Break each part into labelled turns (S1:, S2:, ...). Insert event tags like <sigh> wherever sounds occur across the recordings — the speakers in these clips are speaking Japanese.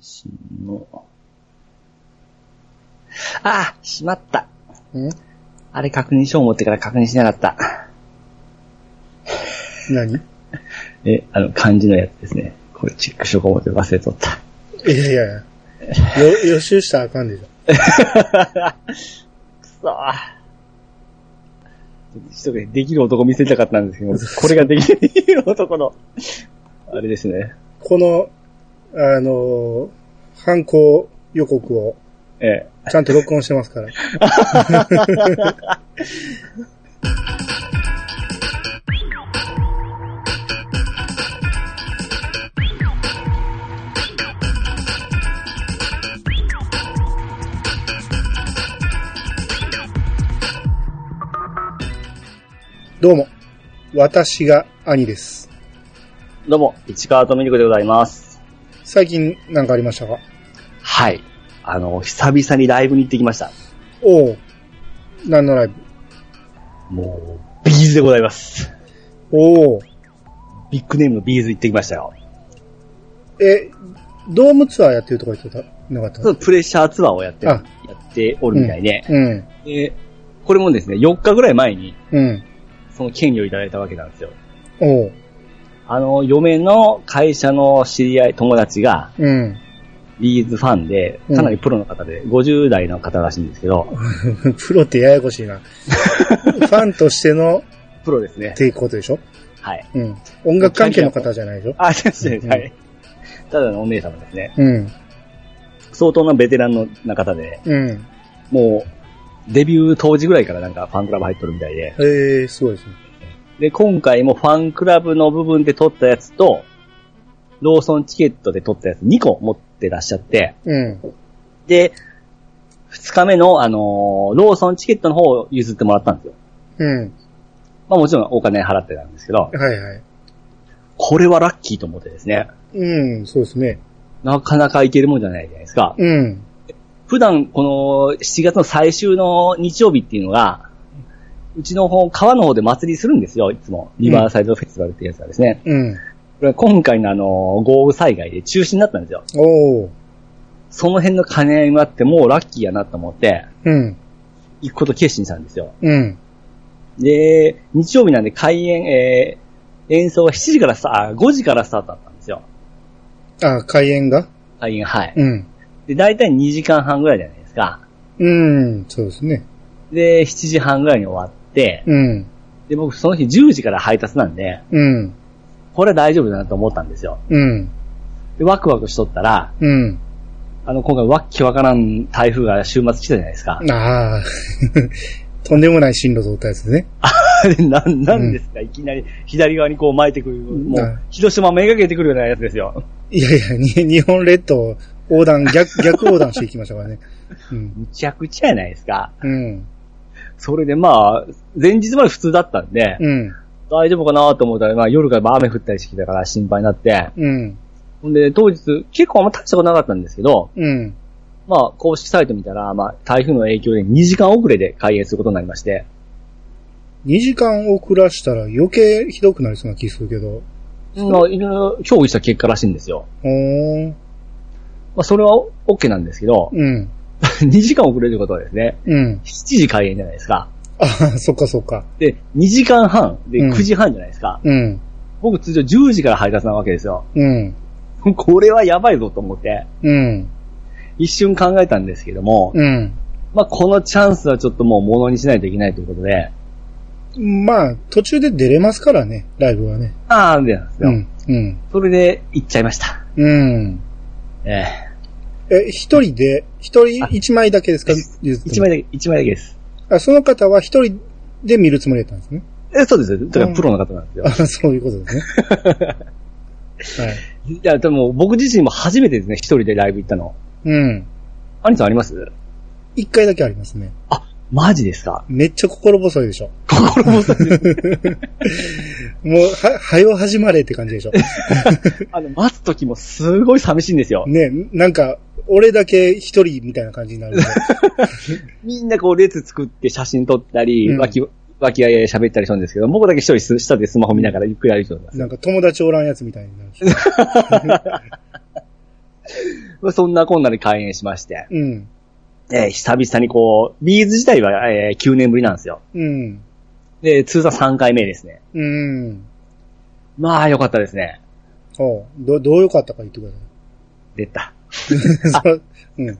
S1: しの、あしまった。んあれ確認書を持ってから確認しなかった。
S2: 何
S1: え、あの、漢字のやつですね。これチェックしようか思って忘れとった。
S2: いやいやいや。よ、予習したらあかんでしょ。
S1: くそー一人でできる男見せたかったんですけ <laughs> ど、これができるできる男の、あれですね。
S2: この、あのー、犯行予告を
S1: ええ。
S2: <laughs> ちゃんと録音してますから。どうも、私が兄です。
S1: どうも、市川とみりこでございます。
S2: 最近なんかありましたか
S1: はい。あの、久々にライブに行ってきました。
S2: おお何のライブ
S1: もう、ビーズでございます。
S2: おお
S1: ビッグネームのビーズ行ってきましたよ。
S2: え、ドームツアーやってるとか言ってたなかった
S1: ちょっとプレッシャーツアーをやって、や
S2: あ
S1: っておるみたいで、
S2: うん。
S1: で、これもですね、4日ぐらい前に、
S2: うん。
S1: その権利をいただいたわけなんですよ。
S2: おう。
S1: あの、嫁の会社の知り合い、友達が、
S2: うん。 <laughs>
S1: ビーズファンで、
S2: うん
S1: かなりプロの方で、50代の方らしいんですけど、
S2: プロってややこ
S1: <laughs>
S2: しいな。ファンとしてのっ
S1: プロですね。
S2: ていうことでしょ
S1: はい。
S2: うん。音楽関係の方じゃないでしょ
S1: あ、先生、
S2: うん
S1: はい。ただのお姉様ですね。
S2: うん。
S1: 相当なベテランのな方で、
S2: うん。
S1: もう、デビュー当時ぐらいからなんかファンクラブ入っとるみたいで。
S2: ええすごいですね。
S1: で、今回もファンクラブの部分で撮ったやつと、ローソンチケットで撮ったやつ2個持ってらっしゃって、
S2: うん。
S1: で、2日目の、あのーローソンチケットの方を譲ってもらったんですよ。
S2: う
S1: まあもちろんお金払ってたんですけど
S2: ん。、はいはい。
S1: これはラッキーと思ってですね、
S2: うん、そうですね。
S1: なかなかいけるもんじゃないじゃないですか。
S2: うん。
S1: 普段この7月の最終の日曜日っていうのが、うちの方、川の方で祭りするんですよ、いつも。リバーサイドフェスティバルってやつがですね。
S2: うん。
S1: これは今回のあの、豪雨災害で中止になったんですよ。
S2: おう。
S1: その辺の兼ね合いもあって、もうラッキーやなと思って、
S2: うん。
S1: 行くこと決心したんですよ。
S2: うん。
S1: で、日曜日なんで開演、えー、演奏が7時からスタあ、5時からスタートだったんですよ。
S2: あ、開演が
S1: 開演、はい。
S2: うん。
S1: で、大体2時間半ぐらいじゃないですか。
S2: うん、そうですね。
S1: で、7時半ぐらいに終わって、
S2: うん。
S1: で、僕その日10時から配達なんで、
S2: うん。
S1: これは大丈夫だなと思ったんですよ。
S2: うん。
S1: で、ワクワクしとったら、
S2: うん。
S1: あの、今回わっきわからん台風が週末来たじゃないですか。 <laughs>
S2: ああ、 <laughs> とんでもない進路通ったやつですね。
S1: あれ、なん、なんですか、いきなり左側にこう巻いてくる、も
S2: うん
S1: う、広島めがけてくるようなやつですよ。
S2: いやいや、に日本列島横断、逆、 <laughs> 逆横断していきましたからね。うん。
S1: むちゃくちゃやないですか。
S2: うん。
S1: それでまあ、前日まで普通だったんで、
S2: うん。
S1: 大丈夫かなと思ったら、まあ夜から雨降ったりしてきたから心配になって、
S2: うん。
S1: ほんで当日結構あんま大したことなかったんですけど、
S2: うん。
S1: まあ公式サイト見たら、まあ台風の影響で2時間遅れで開演することになりまして、
S2: 2時間遅らしたら余計ひどくなりそうな気するけど。
S1: まあいろいろ協議した結果らしいんですよ。
S2: おー。
S1: まあ、それは OK なんですけど、 <laughs>
S2: うん。
S1: 2時間遅れることはですね、
S2: うん。
S1: 7時開演じゃないですか。
S2: あーそっかそっか。
S1: で、2時間半で
S2: うん
S1: 9時半じゃないですか。
S2: うん。
S1: 僕通常10時から配達なわけですよ。 <laughs>
S2: うん。
S1: これはやばいぞと思って、
S2: うん。
S1: 一瞬考えたんですけども、
S2: うん。
S1: まあ、このチャンスはちょっともう物にしないといけないということで、
S2: まあ、途中で出れますからね、ライブはね。
S1: ああ、でなんです
S2: う
S1: よ。
S2: ん。うん。
S1: それで行っちゃいました。
S2: うん。
S1: え
S2: え、一人で、一人一枚だけですか
S1: え
S2: 一
S1: 一枚だけ、一枚だけです。
S2: あ、その方は一人で見るつもりだったんですね。 <laughs>
S1: え、そうですよ。だからプロの方なんですよ
S2: あ。そういうことです <laughs> ね。はい。
S1: いや、でも僕自身も初めてですね、一人でライブ行ったの。
S2: うん。
S1: 兄さんあります
S2: 一回だけありますね。
S1: マジですか
S2: めっちゃ心細いでしょ。
S1: 心もさ
S2: <laughs> もう、は、はよ始まれって感じで <laughs> しょ。
S1: あの、待つ時もすごい寂しいんですよ。
S2: ね、なんか、俺だけ一人みたいな感じになるんで。 <laughs>
S1: みんなこう列作って写真撮ったり、
S2: うん
S1: わき、わきあいあい喋ったりするんですけど、僕だけ一人す下でスマホ見ながらゆっくり歩いてるんです。
S2: <laughs> なんか友達おらんやつみたいになるでし
S1: そんなこんなで開園しまして、
S2: うん。
S1: えー久々にこう、ビーズ自体は、えー9年ぶりなんですよ。
S2: うん。
S1: で、通算3回目ですね。
S2: うん。
S1: まあ、よかったですね。
S2: おうど、どう良かったか言ってく
S1: 出た。
S2: <laughs> ださい。そううん。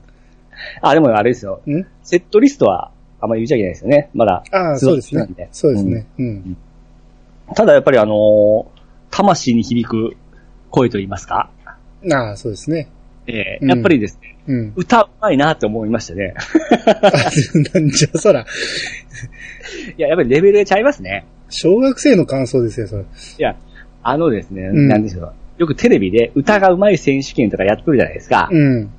S1: あ、でもあれですよ。
S2: うん
S1: セットリストはあんまり言っちゃいけないですよね。まだ。
S2: ああ、そうですね。そうですね。うん。
S1: ただやっぱりあのー魂に響く声と言いますか。
S2: ああ、そうですね。
S1: え
S2: う
S1: ー、
S2: ん
S1: やっぱりですね、
S2: うん。
S1: 歌うまいなって思いましたね。 <laughs>
S2: あなんじゃそら。
S1: いや、やっぱりレベルがちゃいますね。
S2: 小学生の感想ですよ、それ。
S1: いや、あのですね、
S2: うん
S1: なんでしょう。よくテレビで歌がうまい選手権とかやってくるじゃないですか。
S2: うん。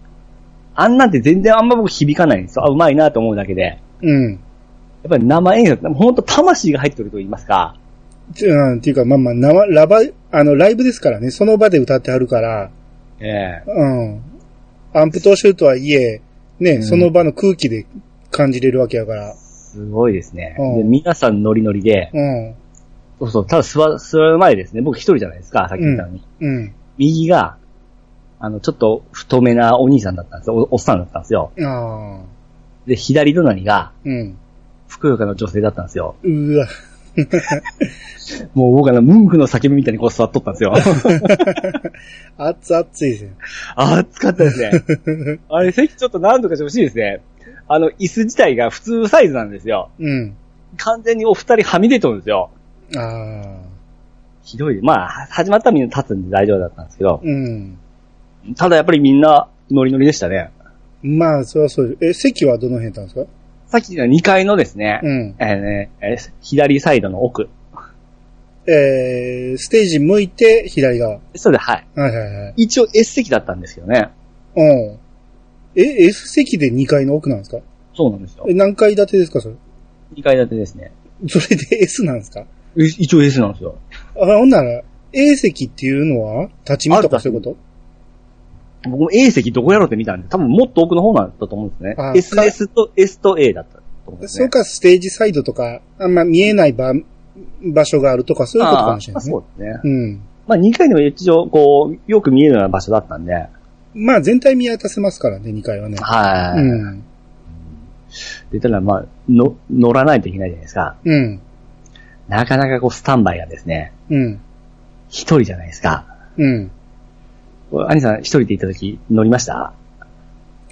S1: あんなんて全然あんま僕響かないんですよ。あ、うまいなと思うだけで。
S2: うん。
S1: やっぱり生演奏、ほんと魂が入ってると言いますか。
S2: ちうん、っていうか、まあまあ、生、ラバ、あの、ライブですからね、その場で歌ってはるから、
S1: ええ
S2: うん。アンプ通してるとはいえ、ね、
S1: うん
S2: その場の空気で感じれるわけやから、
S1: すごいですね。
S2: うん
S1: で皆さんノリノリで、
S2: うん。
S1: そうそう、ただ座、座る前ですね。僕一人じゃないですか、さっき言ったのに。
S2: うん。
S1: 右が、あの、ちょっと太めなお兄さんだったんですよ。おおっさんだったんですよ。
S2: ああ。
S1: で、左隣が、
S2: うん。
S1: ふくよかな女性だったんですよ。
S2: うわ。
S1: もう僕あの、ムンクの叫びみたいにこう座っとったんです
S2: <laughs>
S1: よ。
S2: 熱々いですね。
S1: あ暑かったですね。あれ、席ちょっと何とかしてほしいですね。あの、椅子自体が普通サイズなんですよ。
S2: うん。
S1: 完全にお二人はみ出とるんですよ。
S2: ああ。
S1: ひどい。まあ、始まったらみんな立つんで大丈夫だったんですけど。
S2: うん。
S1: ただやっぱりみんなノリノリでしたね。
S2: まあ、それはそうです。え、席はどの辺だったんですか
S1: さっきの2階のですね、
S2: うん。
S1: えーねえー左サイドの奥。
S2: えー、ステージ向いて左側。は
S1: そうです、はい。
S2: いはいはい。
S1: 一応 S 席だったんですよね。
S2: うん。え、S 席で2階の奥なんですか
S1: そうなんですよ
S2: え、。何階建てですかそれ。 <laughs>
S1: 2階建てですね。
S2: それで S なんですか
S1: え一応 S なんですよ。
S2: あ、ほんなら、A 席っていうのは、立ち見とかそういうこ
S1: 僕も A 席どこやろうって見たんで、多分もっと奥の方だったと思うんですね
S2: あ。か
S1: SS と S と A だったと思うん
S2: と
S1: です
S2: そ
S1: ね
S2: う。か、ステージサイドとか、あんま見えない場、場所があるとか、そういうことかもしれないです
S1: ああ。
S2: ね
S1: そうですね。
S2: うん。
S1: まあ2階にも一応、こう、よく見えるような場所だったんで、
S2: まあ、全体見渡せますからね、2階はね。
S1: はい。
S2: うん。
S1: で、ただまあ、の、乗らないといけないじゃないですか。
S2: うん。
S1: なかなかこう、スタンバイがですね、
S2: うん。
S1: 一人じゃないですか。
S2: うん。
S1: 兄さん一人で行った時乗りました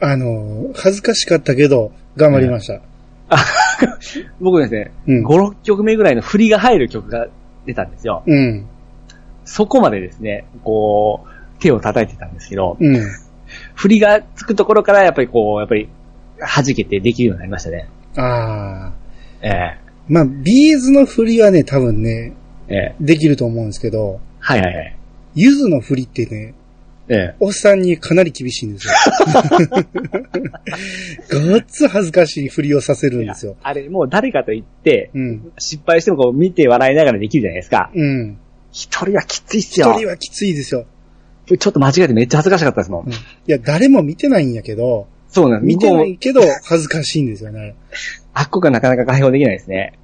S2: あのー、恥ずかしかったけど、頑張りました。
S1: 僕ですね、
S2: うん
S1: 5、6曲目ぐらいの振りが入る曲が出たんですよ。
S2: うん。
S1: そこまでですね、こう、手を叩いてたんですけど、
S2: うん。
S1: 振りがつくところからやっぱりこう、やっぱり弾けてできるようになりましたね。
S2: ああ。
S1: ええ
S2: まあ、ビーズの振りはね、多分ね、
S1: ええ
S2: できると思うんですけど、
S1: はいはいはい。
S2: ゆずの振りってね、
S1: ええ
S2: おっさんにかなり厳しい
S1: <laughs>
S2: んですよ。ごっつ恥ずかしい振りをさせるんですよ。
S1: あれ、もう誰かと言って、
S2: うん。
S1: 失敗してもこう見て笑いながらできるじゃないですか。
S2: うん。
S1: 一人はきついっす
S2: 一
S1: よ。
S2: 人はきついですよ。
S1: ちょっと間違えてめっちゃ恥ずかしかったですもん。
S2: うんいや、誰も見てないんやけど、
S1: そうなんです。
S2: 見て
S1: 向こ
S2: な
S1: うも
S2: いけど、恥ずかしいんですよね。あれ
S1: あっこがなかなか解放できないですね。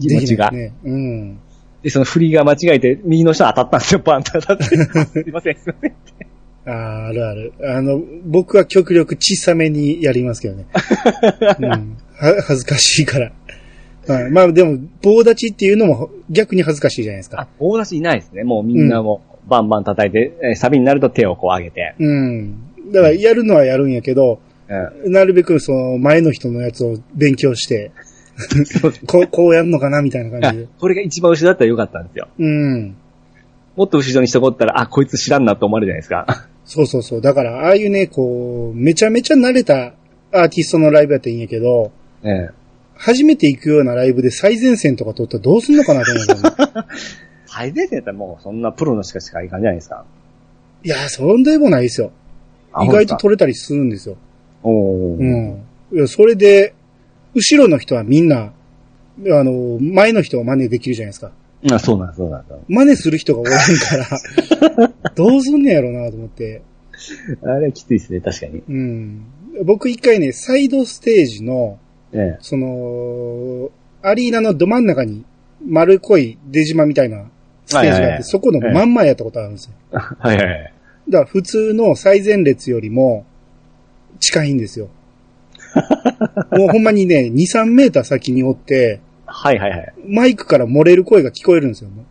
S1: 気持ち
S2: で
S1: が。
S2: きないですね。うん。
S1: で、その振りが間違えて、右の人当たったんですよ、バンと当たって。
S2: <laughs>
S1: すいません、すいません。
S2: あーあるある。あの、僕は極力小さめにやりますけ
S1: <laughs>
S2: どね。うん、は恥ずかしいから。はいまあでも、棒立ちっていうのも逆に恥ずかしいじゃないですか
S1: あ。、大出しいないですね。もうみんなもう、バンバン叩いて、えーサビになると手をこう上げて。
S2: うん。だからやるのはやるんやけど、
S1: うん。
S2: なるべくその前の人のやつを勉強して、こう、こうやるのかなみたいな感じで。
S1: あこれが一番後ろだったらよかったんですよ。
S2: うん。
S1: もっと後ろにしとこうったら、あ、こいつ知らんなと思われるじゃない
S2: <laughs>
S1: ですか。
S2: そうそうそう。だから、ああいうね、こう、めちゃめちゃ慣れたアーティストのライブやったらいいんやけど、
S1: ええ
S2: 初めて行くようなライブで最前線とか撮ったらどうすんのかなと思うんだよ <laughs> ね。
S1: 最前線だったらもうそんなプロのしかしかいかんじゃないですか。
S2: いや、そんでもないですよ。
S1: あ
S2: 意外と。取れたりするんですよ。
S1: ほん
S2: う
S1: とですかおー
S2: ん。いや、それで、後ろの人はみんな、あの、前の人を真似できるじゃないですか。
S1: あそうなんです、そうなんで
S2: 真似する人がおらんから、
S1: <laughs>
S2: どうすんねやろなと思って。
S1: す。あれはきついですね、確かに。
S2: うん。僕一回ね、サイドステージの、
S1: ええ
S2: その、アリーナのど真ん中に、丸っこい出島みたいなステージが
S1: は
S2: あって、
S1: いはいはい
S2: そこの真ん前やったことあるんですよ。
S1: はいはいはい。
S2: だから普通の最前列よりも近いん
S1: <laughs>
S2: ですよ。もうほんまにね、2、3メーター先におって、
S1: はいはいはい。
S2: マイクから漏れる声が聞こえるんですよ。も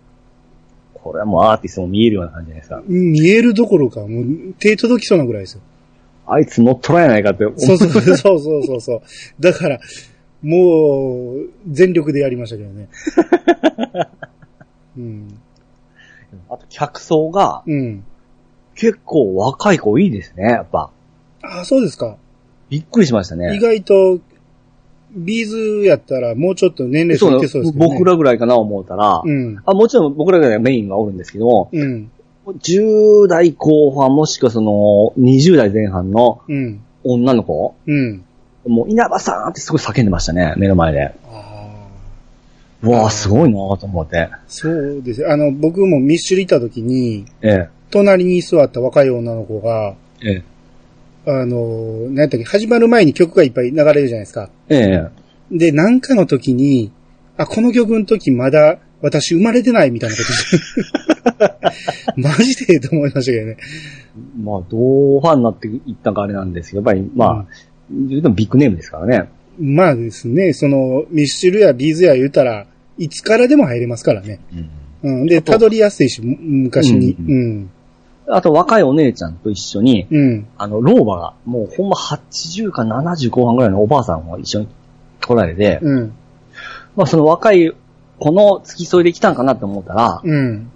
S1: これはもうアーティストも見えるような感じじゃないですか。
S2: う見えるどころか、もう手届きそうなぐらいですよ。
S1: あいつ乗っ取られないかって思う。
S2: そうそうそうそうそうそう。だから、もう、全力でやりましたけどね。うん。
S1: あと客層が
S2: うん。
S1: 結構若い子いいですね、やっぱ。
S2: あ、そうですか。
S1: びっくりしました
S2: 意
S1: ね。
S2: 外と、ビーズやったらもうちょっと年齢層いけそうですけどね。
S1: 僕らぐらいかな思うたら、
S2: うん。
S1: あもちろん僕らぐらいがメインがおるんですけども、
S2: うん。
S1: 10代後半もしくはその20代前半の
S2: うん。
S1: 女の子、
S2: うん。
S1: もう稲葉さんってすごい叫んでましたね、目の前で。
S2: あ
S1: うわあすごいなーと思って。
S2: あ。そうです。あの、僕もミッシュリいた時に、
S1: ええ。
S2: 隣に座った若い女の子が、
S1: ええ。
S2: あの、何やったっけ、始まる前に曲がいっぱい流れるじゃないですか。
S1: ええ。
S2: で、なんかの時に、あ、この曲の時まだ私生まれてないみたいなこと <laughs> 言ってマジでと思いましたけどね。
S1: まあ、どうファンになっていったかあれなんですけど、やっぱり、まあ、言うてもビッグネームですからね。
S2: まあですね、その、ミッシュルやビーズや言うたら、いつからでも入れますからね。うん。で、
S1: と
S2: たどりやすいし、む昔に。
S1: う
S2: うん。
S1: あと、若いお姉ちゃんと一緒に、
S2: うん。
S1: あの、老婆が、もうほんま80か70後半ぐらいのおばあさんも一緒に来られて、
S2: うん。
S1: まあ、その若い子の付き添いで来たんかなって思ったら、
S2: うん。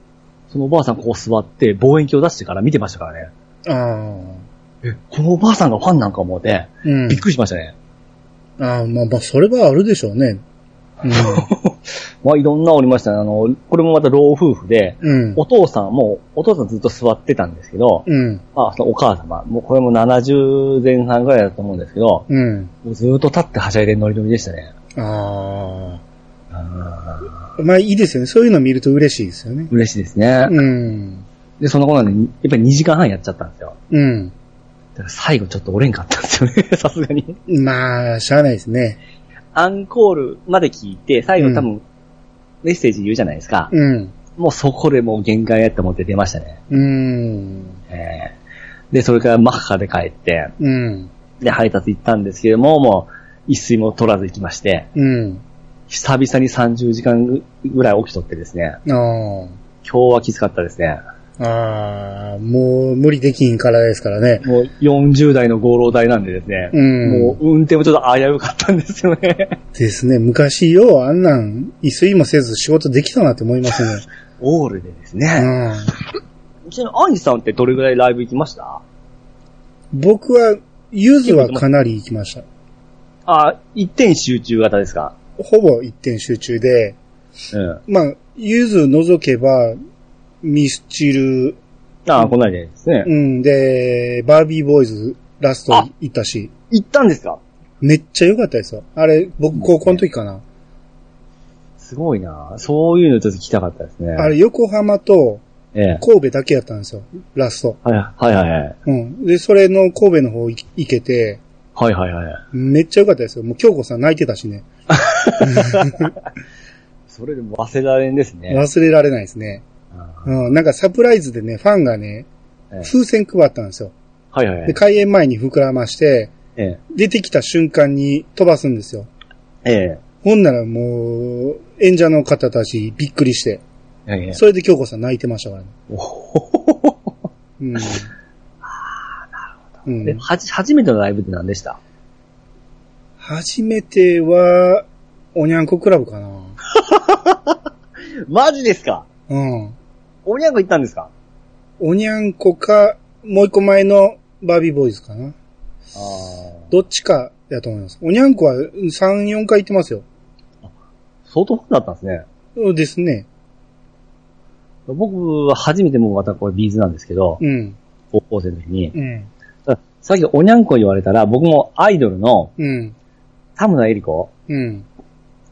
S1: そのおばあさんこう座って望遠鏡出してから見てましたからね。
S2: ああ。
S1: え、このおばあさんがファンなんか思って、
S2: うん
S1: びっ。くりしましたね。 <laughs>
S2: ああ、まあまあ、それはあるでしょうね。
S1: まあ、いろんなおりましたね。あの、これもまた老夫婦で、
S2: <laughs> うん。うん
S1: お。父さんも、お父さんずっと座ってたんですけど、
S2: うん。
S1: まあ、そのお母様、もうこれも70前半ぐらいだと思うんですけど、
S2: うん。
S1: もうずーっと立ってはしゃいでノリノリでしたね。
S2: あ
S1: あ
S2: あ。まあいいですよね。そういうの見ると嬉しいですよね
S1: ー。嬉しいですね。
S2: うん。
S1: で、その頃なんで、やっぱり2時間半やっちゃったんですよ。
S2: うん。
S1: だから最後ちょっと折れんかったんですよね、 <laughs> さすがに。
S2: まあ、しゃあないですね。
S1: アンコールまで聞いて、最後多分、メッセージ言うじゃないですか。
S2: うん。
S1: もうそこでもう限界やって思って出ましたね。
S2: うん。
S1: えーで、それからマッハで帰って、
S2: うん。
S1: で、配達行ったんですけども、もう、一睡も取らず行きまして、
S2: うん。
S1: 久々に30時間ぐらい起きとってですね、
S2: あ
S1: 今日はきつかったですね。
S2: あ。ああ、もう無理できんからですからね。
S1: もう40代のご老体なんでですね、
S2: うん。
S1: もう運転もちょっと危うかったんですよね。
S2: ですね。昔ようあんなん、一睡もせず仕事できたなって思いますね。
S1: オールでです
S2: う
S1: ね。
S2: ん。
S1: ちなみに、アンジさんってどれぐらいライブ行きました
S2: 僕は、ゆずはかなり行きました。
S1: あ、一点集中型ですか
S2: ほぼ一点集中で、
S1: うん。
S2: まあ、ゆず除けば、ミスチル、
S1: ああ、こないでですね。
S2: うん、で、バービーボーイズ、ラスト行ったし。
S1: 行ったんですか
S2: めっちゃ良かったですよ。あれ、僕高校の時かな。
S1: すごいなそういうのちょっと聞きたかったですね。
S2: あれ、横浜と
S1: ええ。
S2: 神戸だけやったんですよ。ラスト。
S1: はいはいはいはい。
S2: うん。で、それの神戸の方行行けて、
S1: はいはいはい。
S2: めっちゃ良かったですよ。もう京子さん泣いてたしね。
S1: それでも忘れられんですね。
S2: 忘れられないですね。
S1: あ
S2: うん。なんかサプライズでね、ファンがね
S1: ええ、
S2: 風船配ったんですよ。
S1: あはいはいは
S2: で、
S1: い。
S2: 開演前に膨らまして、
S1: ええ。
S2: 出てきた瞬間に飛ばすんですよ。
S1: ええ。
S2: ほんならもう、演者の方たちびっくりして、
S1: ええ
S2: それで京子さん泣いてましたからね。
S1: おほ
S2: うん。ああ、なるほ
S1: ではじ、初めてのライブって何でした
S2: 初めては、おにゃんこクラブかな。
S1: マジですか
S2: うん。
S1: おにゃんこ行ったんですか
S2: おにゃんこか、もう一個前のバービーボーイズかな。
S1: ああ。
S2: どっちかやと思います。おにゃんこは3、4回行ってますよ。
S1: 相当ファンだったんですね。
S2: そうですね。
S1: 僕は初めてもうまたこれビーズなんですけど、
S2: うん。
S1: 高校生の時に。
S2: うん。
S1: さっきおにゃんこ言われたら、僕もアイドルの
S2: うん。
S1: 田村恵里子
S2: うん。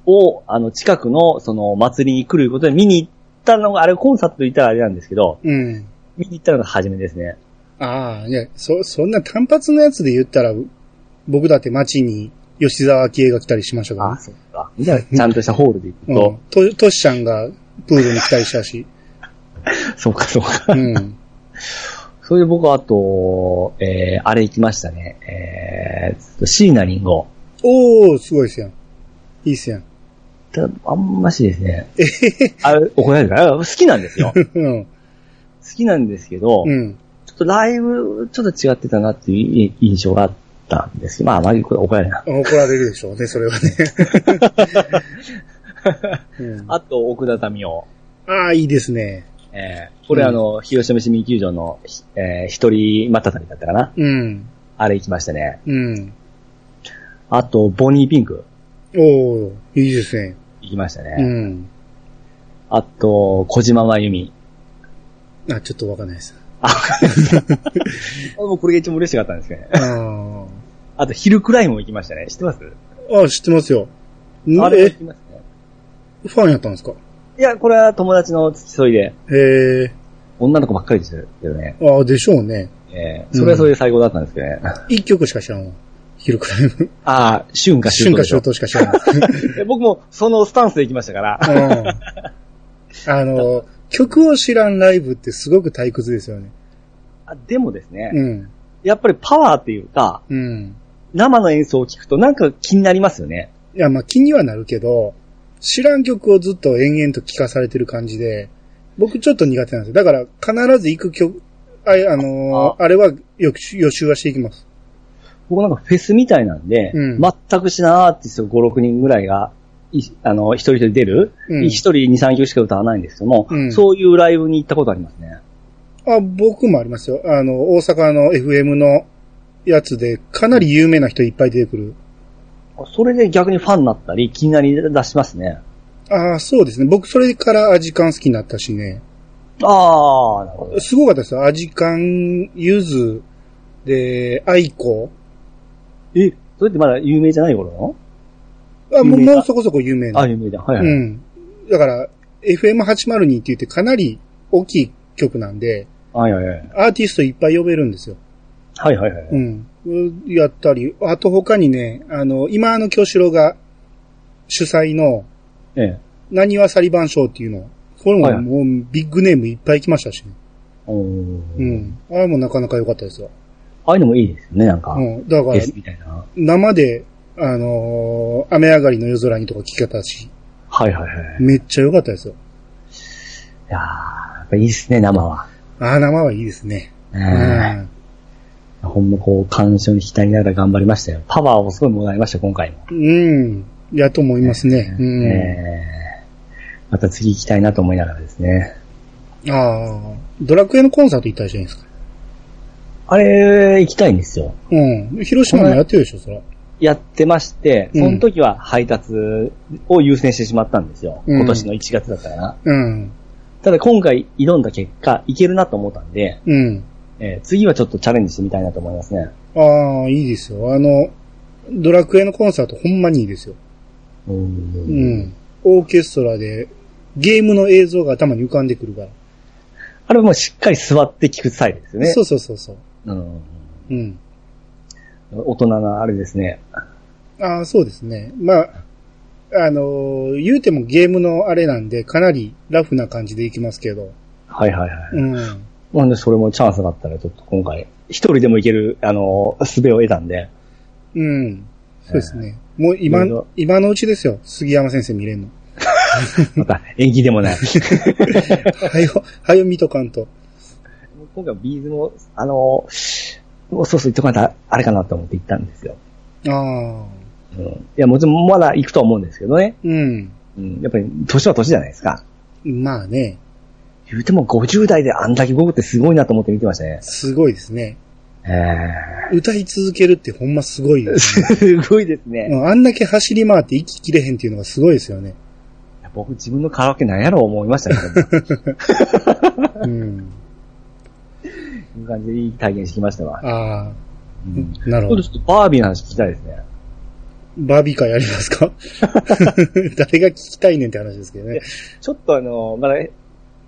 S1: を、あの、近くのその祭りに来ることで見に行ったのが、あれコンサート行ったらあれなんですけど、
S2: うん。
S1: 見に行ったのが初めですね。
S2: ああ、いや、そ、そんな単発のやつで言ったら、僕だって街に吉沢明恵が来たりしましたから
S1: あ、そっか。じゃあちゃんとしたホールで行く
S2: ね。うん
S1: と、。
S2: と、としちゃ
S1: <laughs>
S2: んがプールに来たりしたし。
S1: そうかそうか。
S2: うん。
S1: そそれで僕はあと、えー、あれ行きましたね。えー、シーナリンゴ。
S2: おー、すごいっすやん。いいっすやん。
S1: たあんましですね。あれ、怒られるから好きなんですよ。好
S2: うん。
S1: きなんですけど、
S2: うん。
S1: ちょっとライブ、ちょっと違ってたなっていう印象があったんですけど、まあ、あまりこれ怒られない。
S2: 怒られるでしょうね、それはね。
S1: <laughs>
S2: うん、あ
S1: あと、奥田民生。
S2: あー、いいですね。
S1: えー、これ、
S2: うん
S1: あの、広島市民球場の、ひえー、一人またたびだったかな。
S2: うん。
S1: あれ行きましたね。
S2: うん。
S1: あと、ボニーピンク
S2: おー、いいですね。
S1: 行きましたね。
S2: うん。
S1: あと、小島真由美。
S2: あ、ちょっとわかんないです。
S1: あもうこれが一番嬉しかったんですけどね。
S2: あー
S1: あと、ヒルクライムも行きましたね。知ってます
S2: あ、知ってますよ。ん
S1: あれも行
S2: え、
S1: きましたね。
S2: ファンやったんですか
S1: いや、これは友達の付き添いで、
S2: へえ
S1: 女の子ばっかりでしたけどね。
S2: ー、ああ、でしょうね。
S1: えー、それはそれで最高だったんですけどね。あ
S2: 一曲しか知らんわ。ヒルクライム。
S1: あー、春夏秋冬
S2: 春
S1: で
S2: 夏
S1: しょ
S2: 秋冬しか知らんわ。
S1: え僕もそのスタンスで行きましたから。
S2: うんあの、曲を知らんライブってすごく退屈ですよね。
S1: あ <laughs> でもですね、
S2: うん。
S1: やっぱりパワーっていうか、
S2: うん。
S1: 生の演奏を聞くとなんか気になりますよね。
S2: いや、まあ気にはなるけど、知らん曲をずっと延々と聴かされてる感じで、僕ちょっと苦手なんですよ。だから必ず行く曲、あ、あのーあれはよく予習はしていきます。
S1: 僕なんかフェスみたいなんで、
S2: うん
S1: 全く知らないアーティスト5、6人ぐらいが、いあの、一人一人出る、一、
S2: うん
S1: 人2、3曲しか歌わないんですけども、
S2: うん
S1: そういうライブに行ったことありますね。
S2: あ、僕もありますよ。あの、大阪の FM のやつで、かなり有名な人いっぱい出てくる。
S1: それで逆にファンになったり、気になり出しますね。
S2: ああ、そうですね。僕それからアジカン好きになったしね。
S1: ああ、なるほど。
S2: すごかったですよ。アジカン、ユズ、で、アイコ。
S1: え、それってまだ有名じゃない頃の
S2: あ、もう
S1: 有名だ
S2: もうそこそこ有名な。
S1: あ、有名だ。はいは
S2: う
S1: い。
S2: ん。だから、FM802 って言ってかなり大きい曲なんで、
S1: はいはいはい。
S2: アーティストいっぱい呼べるんですよ。
S1: はいはいはい。
S2: うん。やったり、あと他にね、あの、今の京志郎が主催の、
S1: ええ。
S2: 何はサリバン賞っていうの。これ
S1: はいは
S2: も
S1: い
S2: もうビッグネームいっぱい来ましたしね。
S1: おー
S2: うん。あれもなかなか良かったですよ。
S1: ああいうのもいいですよね、なんか。
S2: うん。だか
S1: ゲ
S2: ら、
S1: スみたいな。
S2: 生で、あのー雨上がりの夜空にとか聞き方し、
S1: はいはいはい。い
S2: めっちゃ良かったですよ。
S1: やーやっぱいいですね、生は。
S2: ああ、生はいいですね。
S1: う。
S2: うんん。
S1: ほんまこう、感傷に浸りながら頑張りましたよ。パワーをすごいもらいました、今回も。
S2: うん。やと思いますね。う
S1: えーまた次行きたいなと思いながらですね。
S2: ん。ああ、ドラクエのコンサート行ったりじゃないですか。
S1: あれ、行きたいんですよ。
S2: うん。広島もやってるでしょ、そら。
S1: やってまして、
S2: うん
S1: その時は配達を優先してしまったんですよ。
S2: うん
S1: 今年の1月だったかな。
S2: うん。
S1: ただ今回挑んだ結果、いけるなと思ったんで、
S2: うん。
S1: えー次はちょっとチャレンジしてみたいなと思いますね。
S2: ああ、いいですよ。あの、ドラクエのコンサートほんまにいいですよ。
S1: う。
S2: うんん。オーケストラで、ゲームの映像が頭に浮かんでくるから。
S1: あれもうしっかり座って聞くスタイルですよね。
S2: そうそうそうそう。
S1: うん。
S2: うん。
S1: 大人なあれですね。
S2: ああ、そうですね。まあ、あのー言うてもゲームのあれなんで、かなりラフな感じでいきますけど。
S1: はいはいはい。
S2: うん。
S1: なんでそれもチャンスがあったらちょっと今回、一人でもいける、あの、術を得たん
S2: <laughs>
S1: で。
S2: うん。そうですね。もう今
S1: いろいろ、
S2: 今のうちですよ。杉山先生見れんの。
S1: また、延期でも
S2: <laughs>
S1: ない。
S2: はよ、はよ見とかんと。
S1: 今回ビーズも、あの、もうそうそう言っとかないとあれかなと思って行ったんですよ。
S2: ああ。
S1: うん。いや、もちろんまだ行くとは思うんですけどね。
S2: うん。
S1: うん。やっぱり、年は年じゃないですか。
S2: まあね、
S1: 言うても50代であんだけ動くってすごいなと思って見てましたね。
S2: すごいですね。
S1: え
S2: 歌い続けるってほんますごいよ
S1: <laughs> ー、すごいですね。
S2: うんあんだけ走り回って息切れへんっていうのがすごいですよね。
S1: いや僕自分のカラオケなんやろう思いましたけ
S2: <laughs>
S1: ど、
S2: うん。
S1: そういう感じでいい体験してきましたわ。
S2: ああ、
S1: うん。
S2: な
S1: ちょ
S2: るほ
S1: っと
S2: ど
S1: ち。ょっとバービーの話聞きたいですね。
S2: バービー会やりますか <laughs> 誰が聞きたいねんって話ですけどね。
S1: ちょっとあの、まだ、え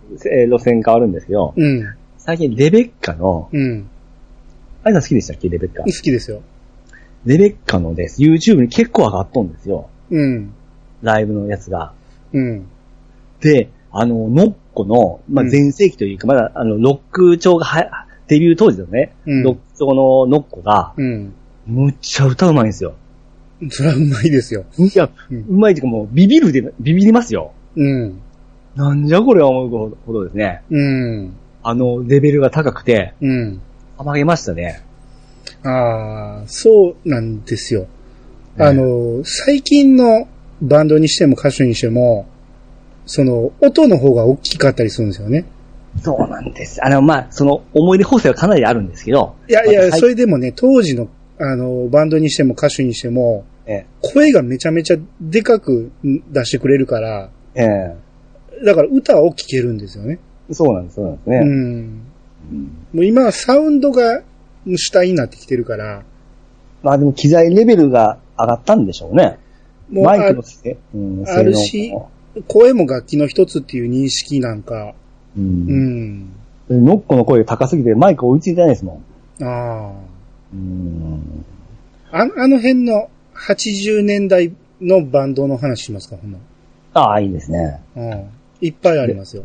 S1: ー路線変わるんですけど、
S2: うん。
S1: 最近レベッカの、
S2: うん。
S1: あれさん好きでしたっけレベッカ
S2: 好。きですよ。
S1: レベッカのです。YouTube に結構上がっとんですよ。
S2: うん。
S1: ライブのやつが。
S2: うん。
S1: で、あの、ノッコの、まあ、
S2: うん
S1: 前世紀というか、まだ、あの、ロック調がは、デビュー当時のね、
S2: うん
S1: ロック調のノッコが、
S2: うん。
S1: むっちゃ歌うまいんですよ。
S2: そりゃうまいですよ。
S1: いや、
S2: う
S1: うんまいっていうかもう、ビビるで、ビビりますよ。
S2: うん。
S1: なんじゃこれは思うほどですね。
S2: うん。
S1: あの、レベルが高くて、
S2: うん。
S1: 甘げましたね。
S2: ああ、そうなんですよ。あの、最近のバンドにしても歌手にしても、その、音の方が大きかったりするんですよね。
S1: そうなんです。あの、まあ、その、思い出補正はかなりあるんですけど。
S2: いやい
S1: ま
S2: や、
S1: あはい
S2: それでもね、当時の、あの、バンドにしても歌手にしても、
S1: え
S2: 声がめちゃめちゃでかく出してくれるから、
S1: ええ
S2: だから歌を聴けるんですよね。
S1: えそうなんです、そうなんです
S2: う
S1: ね。
S2: ん。もう今はサウンドが主体になってきてるから、
S1: まあでも、機材レベルが上がったんでしょうね。
S2: もう
S1: マイ
S2: あ
S1: クのせ、うん
S2: あるし声も楽器の一つっていう認識なんか、
S1: う。
S2: うんん。
S1: ノッコの声高すぎてマイク追いついてないですも
S2: ああ。
S1: ん。うん。
S2: ああの辺の80年代のバンドの話しますか、ほんま。
S1: ああ、いいですね。
S2: うん。いっぱいありますよ。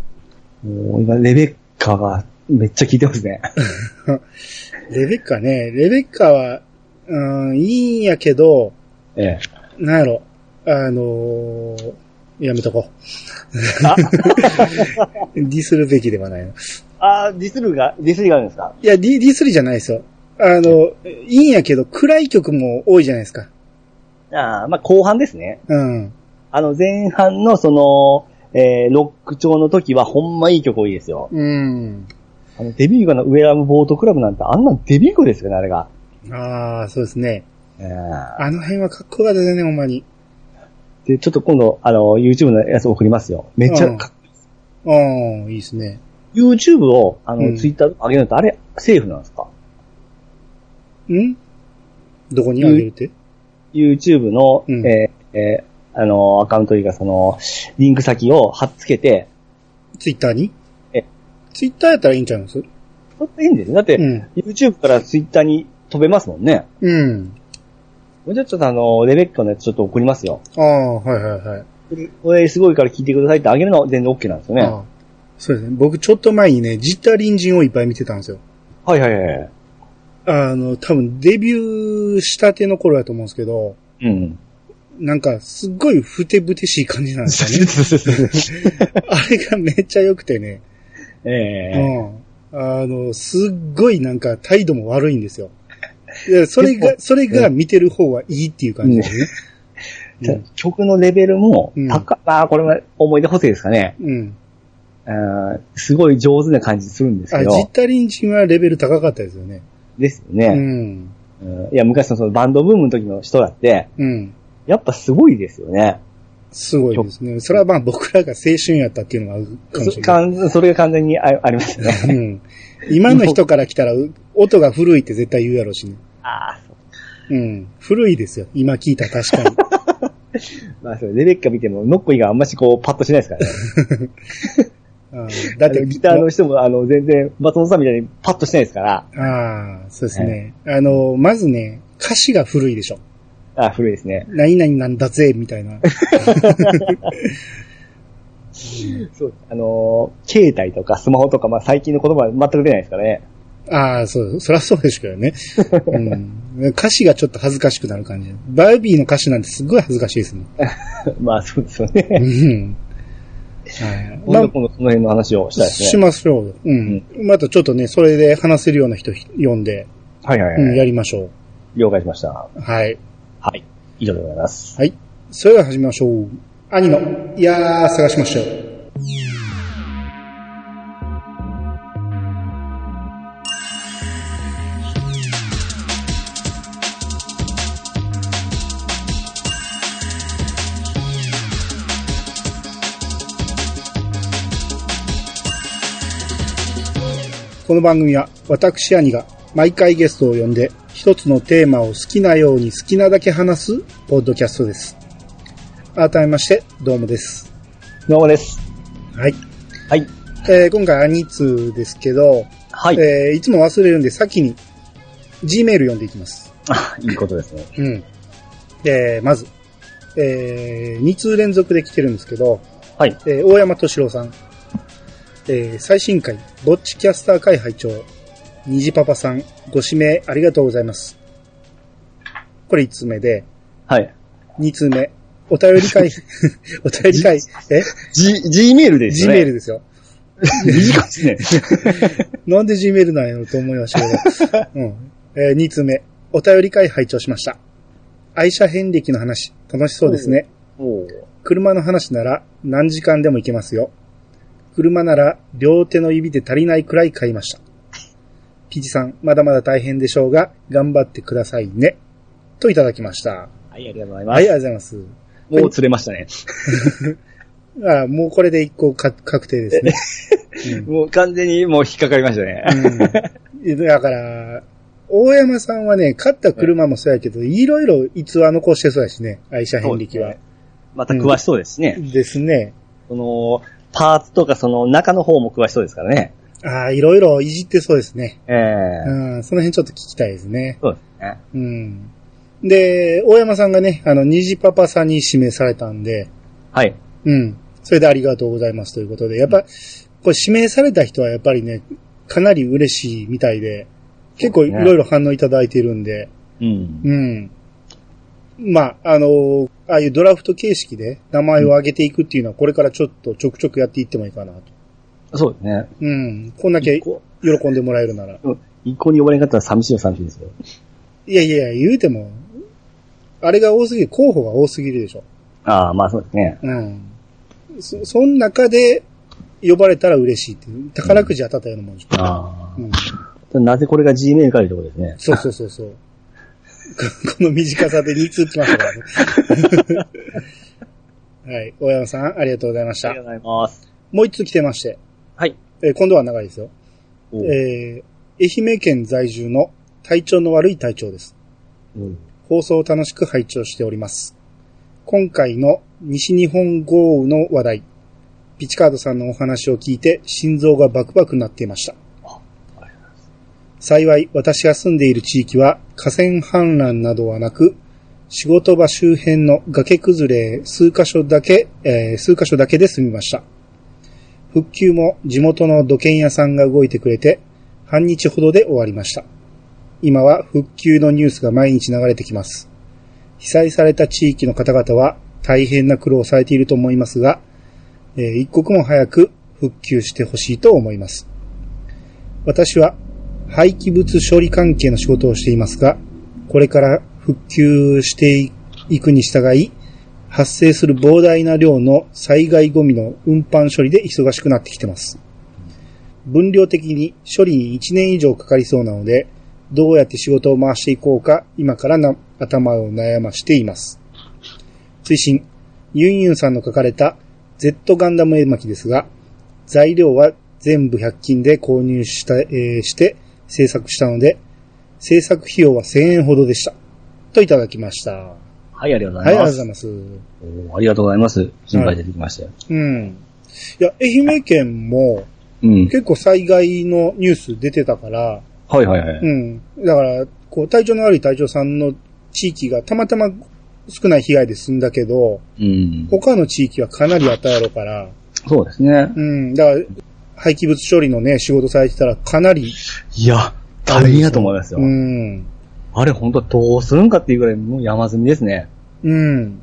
S1: もう今、レベッカがめっちゃ効いてます
S2: <laughs>
S1: ね。
S2: レベッカね、レベッカは、うん、いいんやけど、
S1: ええ。
S2: なんやろ、あのーやめとこ <laughs> う。ディスるべきではないの。
S1: ああ、ディスルが、ディスルがあるんですか
S2: いや、ディディスるじゃないですよ。あの、いいんやけど、暗い曲も多いじゃないですか。
S1: ああ、まあ、後半ですね。
S2: うん。
S1: あの、前半のその、えー、ロック調の時はほんまいい曲多いですよ。
S2: うん。
S1: あの、デビューがのウェアムボートクラブなんてあんなデビュー曲ですよね、あれが。
S2: ああ、そうですね。
S1: えー
S2: あの辺はかっこよかったですね、ほんまに。
S1: で、ちょっと今度、あの、YouTube のやつ送りますよ。めっちゃか、
S2: うん、いいですね。
S1: YouTube を、あの、
S2: うん
S1: Twitter 上げるのってあれ、セーフなんですか
S2: んどこにあげるって、
S1: ?YouTube の、
S2: うん
S1: えーえーあの、アカウントというか、その、リンク先を貼っつけて、
S2: ツイッターに
S1: え
S2: ツイッターやったらいいんちゃいますう
S1: それでいいんですよ。だって、
S2: ん。
S1: YouTube から Twitter に飛べますもんね。
S2: うん。
S1: もうちょっとあの、レベッカのやつちょっと送りますよ。
S2: ああ、はいはいはい。
S1: これすごいから聞いてくださいってあげるのは全然 OK なんですよね。
S2: ああそうですね。僕ちょっと前にね、ジッター隣人をいっぱい見てたんですよ。
S1: はいはいはい。
S2: あの、多分デビューしたての頃だと思うんですけど、
S1: うん。
S2: なんかすっごいふてぶてしい感じなんです
S1: <laughs>
S2: よね。
S1: ね
S2: <laughs> あれがめっちゃ良くてね。
S1: ええ
S2: うん。あの、すっごいなんか態度も悪いんですよ。いやそれが、それが見てる方はいいっていう感じですね。
S1: じゃあ曲のレベルも
S2: うん
S1: 高、まあこれは思い出補正ですかね。
S2: うん。
S1: うんすごい上手な感じするんです
S2: あ、
S1: けど。
S2: ジッタリンチンはレベル高かったですよね。
S1: ですよ
S2: う
S1: ね、
S2: ん。
S1: うんいや、昔のそのバンドブームの時の人だって、
S2: うん。
S1: やっぱすごいですよね。
S2: すごいですね。それはまあ僕らが青春やったっていうのがあるかもし
S1: そ
S2: れな
S1: かんそれが完全にああります <laughs> よね。
S2: い。うん。今の人から来たらう音が古いって絶対言うやろうしね。
S1: ああ、そう
S2: うん。古いですよ。今聞いたら確か
S1: まあそれ、レベッカ見ても、ノッコイがあんましこう、パッとしないですからね。
S2: に。うんだっ
S1: あ
S2: て
S1: のギターの人も、あの、全然、松本さんみたいにパッとしてないですから、
S2: ああ、そうですね。あの、まずね、歌詞が古いでしょ。
S1: あ古いですね。
S2: 何々なんだぜ、みたいな。
S1: <laughs> そうあのー、携帯とかスマホとか、まあ、最近の言葉は全く出ないですからね。 <laughs>
S2: ああ、そう、そりゃそうでしょうね、うん。歌詞がちょっと恥ずかしくなる感じ。バービーの歌詞なんてすごい恥ずかしいです
S1: <laughs>
S2: ね。
S1: まあ、そうですよね。
S2: うん。
S1: <laughs> 今度、今度、その辺の話をしたいです
S2: し
S1: ね。
S2: ましょう。うん。またちょっとね、それで話せるような人呼んで、
S1: はいはい
S2: うん、
S1: は
S2: や
S1: い。
S2: りましょ
S1: 了解しました。
S2: う。はい。
S1: はい。以上でございます。
S2: はい。それでは始めましょう。兄の、いやー、探しましょう。この番組は私兄が毎回ゲストを呼んで一つのテーマを好きなように好きなだけ話すポッドキャストです。改めまして、どうもです。
S1: どうもです。
S2: はい。
S1: はい。
S2: えー今回兄通ですけど、
S1: はい。
S2: えーいつも忘れるんで先に G メール読んでいきます。
S1: あ、 <laughs> いいことですね。
S2: うん。で、まず、え2通連続で来てるんですけど、
S1: はい。
S2: えー大山敏郎さん、えー最新回、ぼっちキャスター会拝聴虹パパさん、ご指名ありがとうございます。これ1通目で、
S1: はい。
S2: 2通目、お便り会、お便り会、え
S1: G、Gmail ですね。
S2: ?Gmail ですよ。
S1: <laughs> 短いですね。
S2: なんで Gmail なんやろうと思いましたけど。うん。えー、2通目、お便り会拝聴しました。愛車遍歴の話、楽しそうですね。
S1: おー
S2: 車の話なら何時間でも行けますよ。車なら両手の指で足りないくらい買いました。ピチさん、まだまだ大変でしょうが、頑張ってくださいね。といただきました。
S1: はい、ありがとうござい
S2: あ
S1: ま
S2: り
S1: す。
S2: がとうございます。
S1: もう釣れましたね。
S2: あもうこれで一個か確定ですね。 <laughs>
S1: もう完全にもう引っかかりましたね。
S2: うん、だから、大山さんはね、買った車もそうやけど、いろいろ逸話残してそうやしね、愛車遍歴は。
S1: また詳しそうですしね。
S2: ですね。
S1: その、パーツとかその中の方も詳しそうですからね。
S2: ああ、いろいろいじってそうですね。
S1: ええ
S2: うん、その辺ちょっと聞きたいですね。
S1: そうですね。
S2: うん。で、大山さんがね、あの、虹パパさんに指名されたんで、
S1: はい。
S2: うん。それでありがとうございますということで、やっぱ、これ指名された人はやっぱりね、かなり嬉しいみたいで、結構いろいろ反応いただいているんで、
S1: うん。
S2: うん。まあ、あのーああいうドラフト形式で名前を挙げていくっていうのは、これからちょっとちょくちょくやっていってもいいかなと。
S1: そうですね。
S2: うん。こんだけ
S1: 一向
S2: 喜んでもらえるなら。
S1: 一向に呼ばれなかったら寂しいよ、寂しいですよ。
S2: いやいやいや、言うても、あれが多すぎる、候補が多すぎるでしょ。
S1: ああ、まあそうですね。
S2: うん。そ、その中で呼ばれたら嬉しいっていう。宝くじ当たったようなもんでしょ。
S1: あ
S2: う
S1: あ。
S2: ん。
S1: なぜこれが G メールかいうところですね。
S2: そうそうそうそう。こ <laughs> この短さで2通来ましたからね。 <laughs> はい。大山さん、ありがとうございまし
S1: あ
S2: た
S1: りが。とうございます。
S2: もう1通来てまして。
S1: はい。
S2: えー今度は長いですよ。
S1: お
S2: え
S1: う
S2: ー、愛媛県在住の体調の悪い体調です。
S1: うん
S2: 放送を楽しく拝聴しております。今回の西日本豪雨の話題、ピチカードさんのお話を聞いて心臓がバクバクなっていました。幸い、私が住んでいる地域は河川氾濫などはなく、仕事場周辺の崖崩れ数箇所だけ、えー数箇所だけで済みました。復旧も地元の土建屋さんが動いてくれて、半日ほどで終わりました。今は復旧のニュースが毎日流れてきます。被災された地域の方々は大変な苦労をされていると思いますが、えー一刻も早く復旧してほしいと思います。私は廃棄物処理関係の仕事をしていますが、これから復旧していくに従い、発生する膨大な量の災害ゴミの運搬処理で忙しくなってきてます。分量的に処理に1年以上かかりそうなので、どうやって仕事を回していこうか、今からな頭を悩ましています。追伸、ユンユンさんの書かれた Z ガンダム絵巻ですが、材料は全部100均で購入した、えーして制作したので、制作費用は1000円ほどでした。といただきました。は
S1: は
S2: い、
S1: い、ありがとうご
S2: あ
S1: ざ
S2: り
S1: いま
S2: がとうご
S1: す。
S2: ざいます。
S1: おーありがとうございます。心配出てきましたよ。
S2: うん。いや、愛媛県も
S1: うん。
S2: 結構災害のニュース出てたから、
S1: はいはいは
S2: う
S1: い。
S2: ん。だから、こう、体調の悪い隊長さんの地域がたまたま少ない被害で済んだけど、
S1: うん。
S2: 他の地域はかなりあったやろから、
S1: そうですね。
S2: うん。だから、廃棄物処理のね、仕事されてたらかなり、
S1: いや、大変やと思いますよ
S2: う。ん。
S1: あれ本当どうするんかっていうぐらいもう山積みですね。
S2: うん。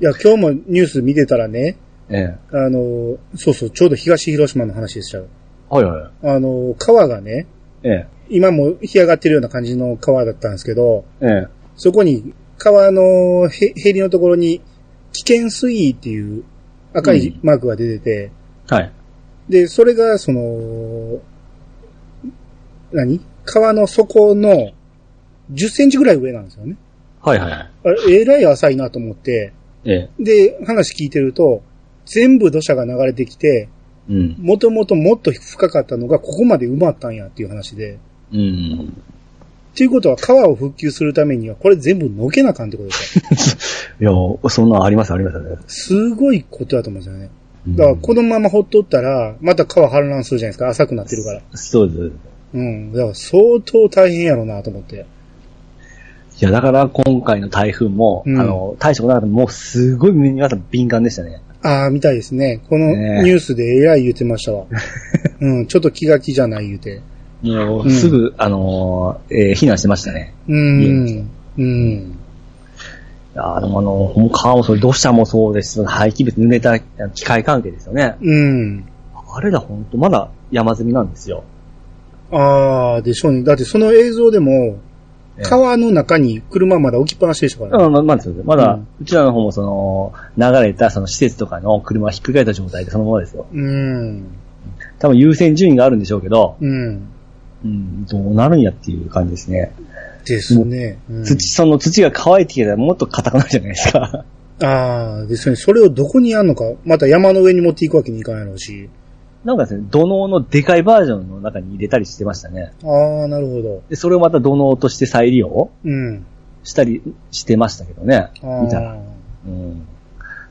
S2: いや、今日もニュース見てたらね、
S1: ええ。
S2: あの、そうそう、ちょうど東広島の話でしたよ。
S1: はいはいはい。
S2: あの、川がね、
S1: ええ。
S2: 今も干上がってるような感じの川だったんですけど、
S1: ええ。
S2: そこに、川のへへりのところに、危険水位っていう赤いマークが出てて、
S1: はい。
S2: で、それが、その、何川の底の10センチぐらい上なんですよね。
S1: はいはいはい。
S2: あれ、えらい浅いなと思って、
S1: ええ。
S2: で、話聞いてると、全部土砂が流れてきて、
S1: うん。
S2: もともともっと深かったのがここまで埋まったんやっていう話で。
S1: うん。
S2: っていうことは川を復旧するためにはこれ全部のけなあかんってことですよ。
S1: いや、そんなんありますあります。
S2: すごいことだと思うんですよね。
S1: うん
S2: だから、このまま放っとったら、また川氾濫するじゃないですか。浅くなってるから。
S1: そうです。
S2: うん。だから、相当大変やろうなと思って。
S1: いや、だから今回の台風も、
S2: うん
S1: あの、大したことなかったもうすごい皆さん敏感でしたね。
S2: ああ、みたいですね。この
S1: ねえ <laughs>
S2: ニュースで AI 言ってましたわ。うん。ちょっと気が気じゃない言うて。
S1: も
S2: うん
S1: う、すぐ、あのー、えー避難してましたね。
S2: うん。うん。
S1: いやーでもあの、もう川もそう、土砂もそうですし、廃棄物濡れた機械関係ですよね。
S2: うん。
S1: あれだ、ほんと、まだ山積みなんですよ。
S2: ああ、でしょうね。だってその映像でも、
S1: ええ
S2: 川の中に車まだ置きっぱなしでしたからね。
S1: あままだそうですまだ、
S2: う
S1: うんちらの方もその、流れたその施設とかの車をひっくり返った状態でそのままですよ。
S2: うん。
S1: 多分優先順位があるんでしょうけど、
S2: うん。
S1: うん、どうなるんやっていう感じですね。
S2: ですね。うん
S1: 土、その土が乾いてきたらもっと硬くなるじゃないですか。
S2: ああ、ですね。それをどこにあんのか。また山の上に持っていくわけにいかないやろうし。
S1: なんかですね、土のうのでかいバージョンの中に入れたりしてましたね。
S2: ああ、なるほど。
S1: で、それをまた土のうとして再利用
S2: うん。
S1: したりしてましたけどね。
S2: あ
S1: 見たら。
S2: あ。
S1: うん。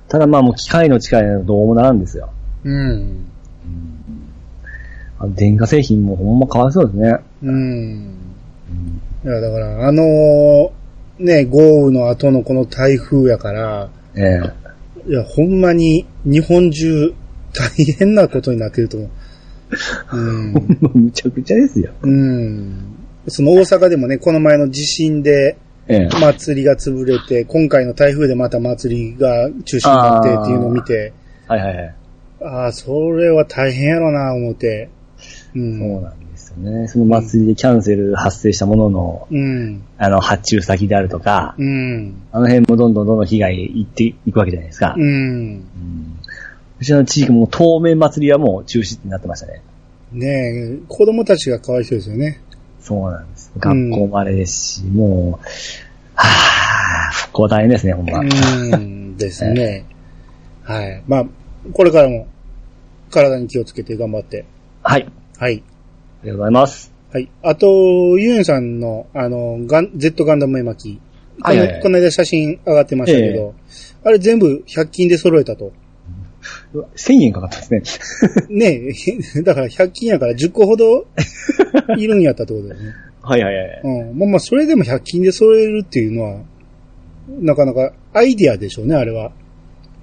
S1: ただまあもう機械の力はどうもならんですよ。
S2: うん。
S1: あの電化製品もほんまかわいそうですね。
S2: うん。いや、だから、あのーね、豪雨の後のこの台風やから、
S1: ええ <laughs>
S2: いや、ほんまに日本中大変なことになってると思
S1: <laughs>
S2: う。うん。
S1: もうむちゃくちゃですよ。
S2: うん。その大阪でもね、この前の地震で
S1: ええ。
S2: 祭りが潰れて、今回の台風でまた祭りが中止になってっていうのを見て、
S1: はいはいはい。
S2: ああ、それは大変やろな、思って。うん。
S1: そうなんですよね。その祭りでキャンセル発生したものの、
S2: うん。
S1: あの、発注先であるとか、
S2: うん。
S1: あの辺もどんどんどんどん被害いっていくわけじゃないですか。
S2: うん。
S1: うんうちの地域も当面祭りはもう中止になってましたね。
S2: ねえ、子供たちが可愛い人ですよね。
S1: そうなんです。
S2: うん
S1: 学校もあれですし、もう、はぁ、復興大変ですね、ほんま。
S2: うん。ですね。はい。まあ、これからも、体に気をつけて頑張って。
S1: はい。あり
S2: はい。
S1: がとうございます。
S2: はい。あと、ユンさんの、あの、ガン、Z ガンダム絵巻。こ
S1: はいはいは
S2: の
S1: い
S2: この間写真上がってましたけど、あれ全部100均で揃えたと。
S1: うわ1000円かかったんですね。
S2: ねえ、 <laughs> だから100均やから10個ほどいるんやったってことだよね。
S1: はいはいはい。
S2: うん。まあまあ、それでも100均で揃えるっていうのは、なかなかアイディアでしょうね、あれは。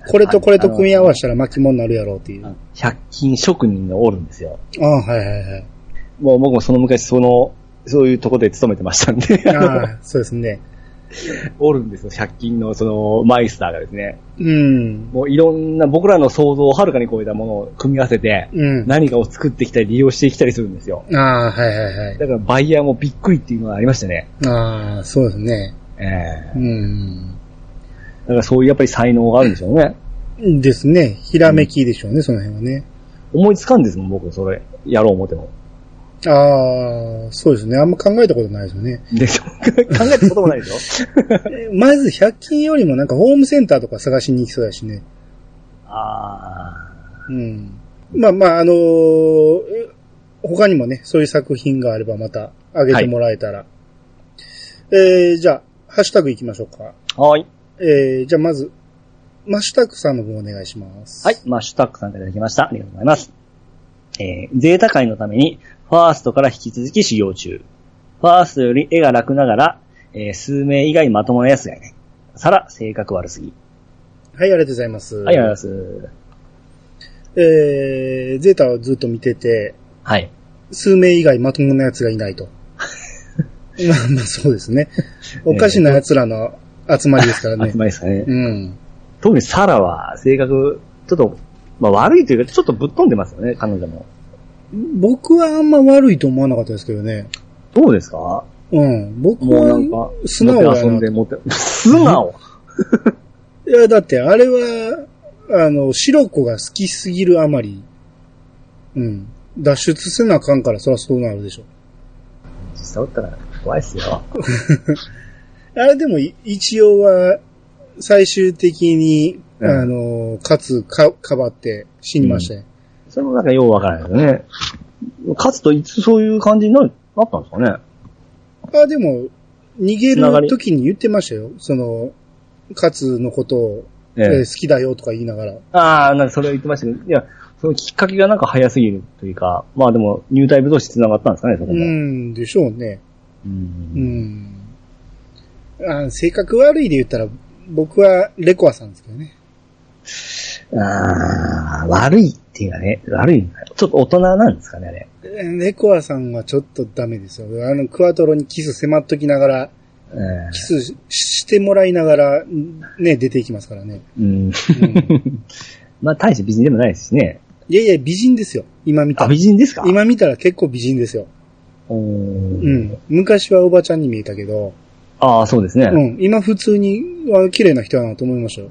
S2: これとこれと組み合わせたら巻物になるやろうっていう。あ
S1: 100均職人がおるんですよ。
S2: あ、はいはいはい。
S1: もう僕もその昔、その、そういうとこで勤めてましたんで、
S2: ああ、そうですね。
S1: <laughs> おるんですよ、100均のその、マイスターがですね。
S2: うん。
S1: もういろんな、僕らの想像をはるかに超えたものを組み合わせて、
S2: う
S1: 何かを作ってきたり利用してきたりするんですよ。
S2: ん。ああ、はいはいはい。
S1: だからバイヤーもびっくりっていうのがありましたね。
S2: ああ、そうですね。
S1: ええ
S2: うん。
S1: だからそういうやっぱり才能があるんでしょうね。
S2: ですね。ひらめきでしょうね、その辺はね。
S1: 思いつかんですもん、僕、それ、やろう思っても。
S2: ああ、そうですね。あんま考えたことないですよね。
S1: で <laughs> しょ考えたこともないでしょ
S2: えまず100均よりもなんかホームセンターとか探しに行きそうだしね。
S1: あ
S2: うん。まあまあ、あのーえ他にもね、そういう作品があればまた上げてもらえたら。えー、じゃあ、ハッシュタグ行きましょうか。
S1: あ。はい。
S2: えー、じゃあまず、マッシュタグさんの方お願いします。
S1: はい。。マッシュタックさんからいただきました。ありがとうございます。えー、ゼータ界のために、ファーストから引き続き修行中。ファーストより絵が楽ながら、えー、数名以外まともな奴がいない。さら、性格悪すぎ。
S2: はい、ありがとうございます。
S1: はい、ありがとうございます。
S2: えー、ゼータをずっと見てて、
S1: はい。
S2: 数名以外まともな奴がいな
S1: <laughs>
S2: いと。まあまあ、そうですね。おかしな奴らの集まりですから
S1: <laughs>
S2: ね
S1: 集。まりですかね。
S2: うん。
S1: 特にサラは、性格、ちょっと、まあ悪いというか、ちょっとぶっ飛んでますよね、彼女も。
S2: 僕はあんま悪いと思わなかったですけどね。
S1: どうですか
S2: うん。僕
S1: もうな
S2: は
S1: んか、
S2: 素直
S1: 持
S2: や
S1: って遊ん
S2: な。
S1: で持って、素直
S2: いや、だってあれは、あの、白子が好きすぎるあまり、うん。脱出せなあかんから、そりゃそうなるでしょ。
S1: 実際おったら怖いっすよ。
S2: あれでもい、一応は、最終的に、
S1: うん
S2: あの、かつ、か、かばって死にましたよ。
S1: それもなんかようわからないですよね。勝つといつそういう感じになるなったんですかね。
S2: あ、でも、逃げ
S1: つなが
S2: る
S1: り
S2: 時に言ってましたよ。その、かつのことを、
S1: え
S2: えー好きだよとか言いながら。
S1: ああ、なんかそれを言ってましたけど、いや、そのきっかけがなんか早すぎるというか、まあでも入隊部同士繋がったんですかね、そこ
S2: う
S1: も。
S2: ん、でしょうね。
S1: う
S2: うんん。あ性格悪いで言ったら、僕はレコアさんですけどね。
S1: あー悪いっていうかね、悪いんだよ。ちょっと大人なんですかね、あれ。
S2: えネコアさんはちょっとダメですよ。あの、クワトロにキス迫っときながら、
S1: うん
S2: キスししてもらいながら、ね、出ていきますからね。
S1: うん。 <laughs> まあ、大して美人でもないですしね。
S2: いやいや、美人ですよ。今見た
S1: あ、
S2: ら
S1: 美。人ですか
S2: 今見たら結構美人ですよ。
S1: う。
S2: うんん。昔はおばちゃんに見えたけど、
S1: ああ、そうですね。
S2: うん。今普通には綺麗な人だなと思いましたよ。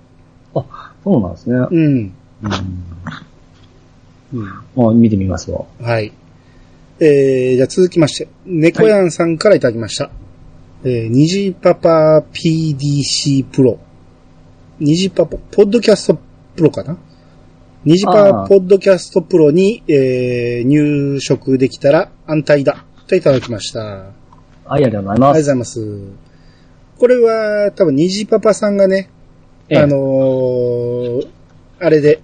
S1: そうなんですね。
S2: うん。
S1: うん。あ見てみますわ。
S2: はい。えー、じゃあ続きまして、猫やんさんからいただきました。えー、虹パパ PDC プロ。虹パパ、ポッドキャストプロかな虹パ
S1: あー
S2: ポッドキャストプロに、えー、入職できたら安泰だ。といただきました。
S1: はい、ありがとうござい
S2: あ
S1: ま
S2: りがとうご
S1: す。
S2: ざいます。これは、多分、虹パパさんがね、
S1: ええ
S2: あのーあれで、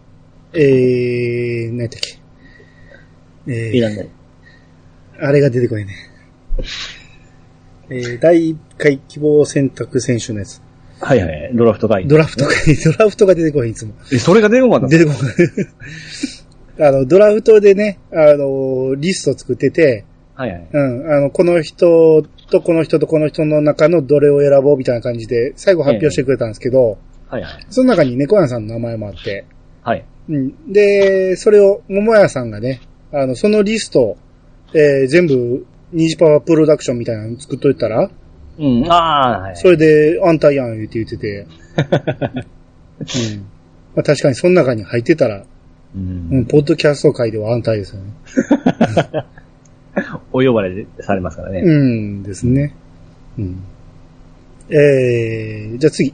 S2: えー、何やったっけ。え
S1: いらない。
S2: あれが出てこないね。えー第1回希望選択選手のやつ。
S1: はいはい、ドラフト会議。
S2: ドラフトが、ドラフトが出てこない、いつも。
S1: え、それが出るのかな
S2: 出てこない。あ <laughs> の、ドラフトでね、あの、リスト作ってて、
S1: はいはい。
S2: うん、あの、この人とこの人とこの人の中のどれを選ぼうみたいな感じで、最後発表してくれたんですけど、
S1: はいはい。
S2: その中に猫屋さんの名前もあって、
S1: はい。
S2: うん。で、それを、桃屋さんがね、あの、そのリストを、えー全部、ニジパワープロダクションみたいなの作っといたら、
S1: うん、ああ、はい。
S2: それで、あんたやん、言うて言って
S1: <laughs>
S2: て。うんまあ、確かに、その中に入ってたら、
S1: う。
S2: うんん、ポッドキャスト界では安泰ですよね。
S1: お呼ばれされますからね。
S2: うん、ですね。うん。えー、じゃあ次。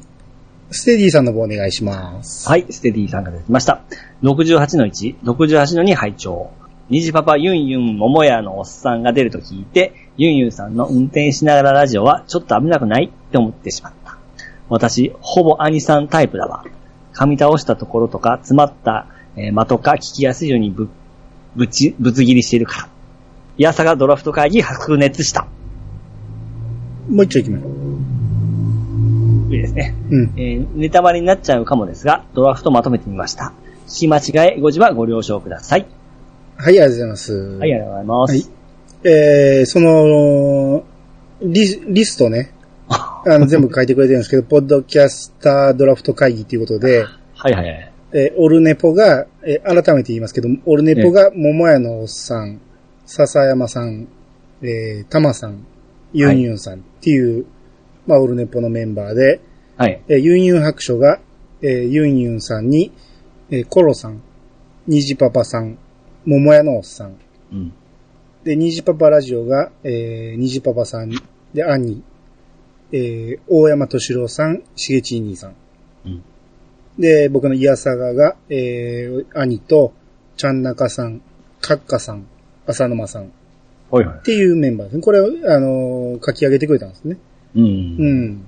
S2: ステディさんの方お願いします。
S1: はい、ステディさんが出てきました。68の1、68の2拝聴。ニジパパユンユン桃屋のおっさんが出ると聞いて、ユンユンさんの運転しながらラジオはちょっと危なくないって思ってしまった。私、ほぼ兄さんタイプだわ。噛み倒したところとか、詰まった、えー、間とか聞きやすいようにぶ、ぶち、ぶつ切りしているから。いやさがドラフト会議白熱した。
S2: もう一丁行きましょう。
S1: いいですね。
S2: うん。
S1: えーネタバレになっちゃうかもですが、ドラフトまとめてみました。聞き間違え、誤字はご了承ください。
S2: はい、ありがとうございます。は
S1: はい、ありがとうございます。
S2: えー、その、リ、リス
S1: <laughs>
S2: トね。あの、全部書いてくれてるんですけど、ポッドキャスタードラフト会議というこ
S1: <laughs>
S2: とで、
S1: はい、はい、はい。
S2: えーオルネポが、えー改めて言いますけど、オルネポが、桃屋のおっさん、笹山さん、えー、タマさん、ユンユンさんっていう、まあ、オルネポのメンバーで、
S1: はい。
S2: えーユンユン白書が、えーユンユンさんに、えーコロさん、ニジパパさん、桃屋のおっさん、
S1: うん。
S2: で、ニジパパラジオが、えー、ニジパパさん、で、兄、えー、大山敏郎さん、しげちい兄さん。
S1: うん
S2: で、僕のイヤサガが、えー、兄と、ちゃんなかさん、かっかさん、浅沼さんっ
S1: はい、はい。
S2: ていうメンバーですね。これを、あのー書き上げてくれたんですね。
S1: う。
S2: うんん。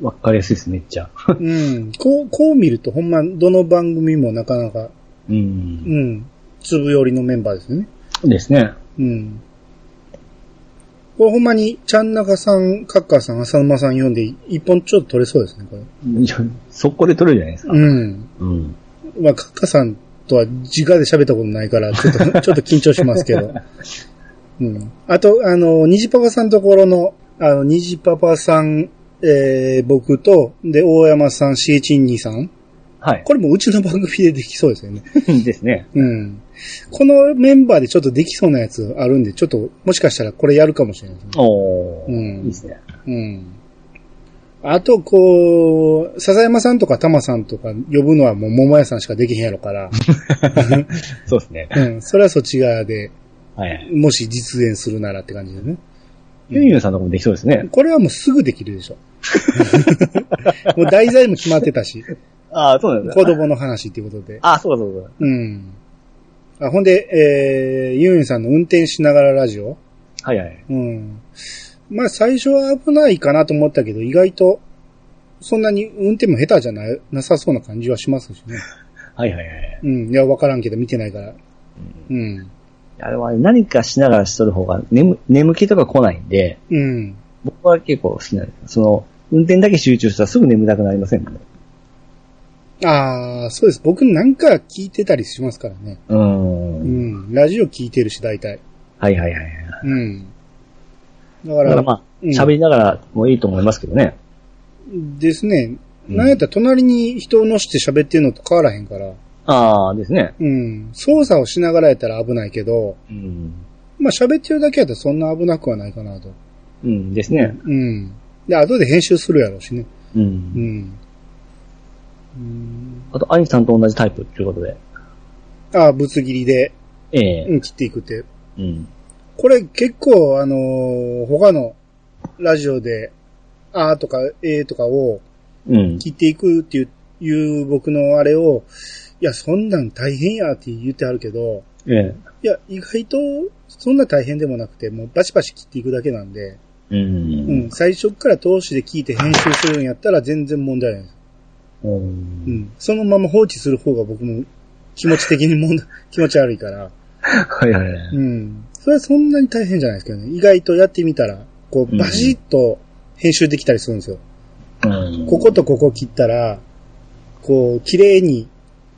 S1: わかりやすいです、めっちゃ。 <laughs>
S2: うん。こう、こう見ると、ほんま、どの番組もなかなか、
S1: う。
S2: うんん、粒寄りのメンバーですよね。
S1: ですね。 <laughs>
S2: うん。これほんまに、ちゃんなかさん、カッカーさん、浅沼さん読んで、一本ちょっと取れそうですね、これ。
S1: いや速攻で取れるじゃないですか。
S2: うん。
S1: うん。
S2: まあ、カッカーさんとは自我で喋ったことないから、ちょっ <laughs> と、ちょっと緊張しますけど。うん。あと、あの、虹パパさんところの、あの、虹パパさん、えー、僕と、で、大山さん、シーチンニさん。
S1: はい。
S2: これもうちの番組でできそうですよね。
S1: <laughs> ですね。
S2: うん。このメンバーでちょっとできそうなやつあるんで、ちょっと、もしかしたらこれやるかもしれないですね。
S1: おー。
S2: うん
S1: いいですね。
S2: うん。あと、こう、笹山さんとか玉さんとか呼ぶのはもう桃屋さんしかできへんやろから、
S1: そうですね。
S2: うん、それはそっち側で、
S1: はい。
S2: もし実現するならって感じだね。
S1: ユンユンさんのとこもできそうですね。
S2: これはもうすぐできるでしょ。もう題材も決まってたし、
S1: ああ、そうなんです
S2: 子供の話っていうことで。
S1: ああ、そうだそうだ。
S2: うん。あほんで、えー、ユンユンさんの運転しながらラジオ
S1: はい、はい。
S2: うん。まあ最初は危ないかなと思ったけど、意外と、そんなに運転も下手じゃななさそうな感じはしますしね。
S1: はい、はい、はい。
S2: うん。いや、わからんけど見てないから。うん。
S1: あれは何かしながらしとる方が眠、眠気とか来ないんで、
S2: うん。
S1: 僕は結構好きなんです。その、運転だけ集中したらすぐ眠たくなりませんもんね。
S2: ああ、そうです。僕なんか聞いてたりしますからね。
S1: う。
S2: うんん。ラジオ聞いてるし、大体。
S1: はいはいはい。
S2: うん。だ
S1: だ
S2: か、
S1: かららまあ、
S2: うん
S1: 喋りながらもいいと思いますけどね。
S2: ですね。
S1: うん
S2: なんやったら隣に人を乗して喋ってるのと変わらへんから。
S1: ああ、ですね。
S2: うん。操作をしながらやったら危ないけど、
S1: うん。
S2: まあ喋ってるだけやったらそんな危なくはないかなと。
S1: うんですね。
S2: うん。で、後で編集するやろうしね。
S1: う。
S2: うんん。うん、
S1: あと、アインさんと同じタイプということで。
S2: ああ、ぶつ切りで、
S1: え
S2: う
S1: え。
S2: ん、切っていくって。
S1: うん。
S2: これ結構、あのー他のラジオで、あーとか、えーとかを
S1: うん。
S2: 切っていくっていう、いう僕のあれを、いや、そんなん大変やって言ってあるけど、
S1: ええ。
S2: いや、意外と、そんな大変でもなくて、もうバシバシ切っていくだけなんで、
S1: う
S2: うんん、。最初から通しで聞いて編集するんやったら全然問題ないです。
S1: う。
S2: うんん、そのまま放置する方が僕も気持ち的に問題、 <laughs> 気持ち悪いから、
S1: はいはいはい。
S2: うん。それはそんなに大変じゃないですけどね。意外とやってみたら、こ
S1: う
S2: う、
S1: ん
S2: バシッと編集できたりするんですよ。
S1: うん
S2: こことここ切ったら、こう、綺麗に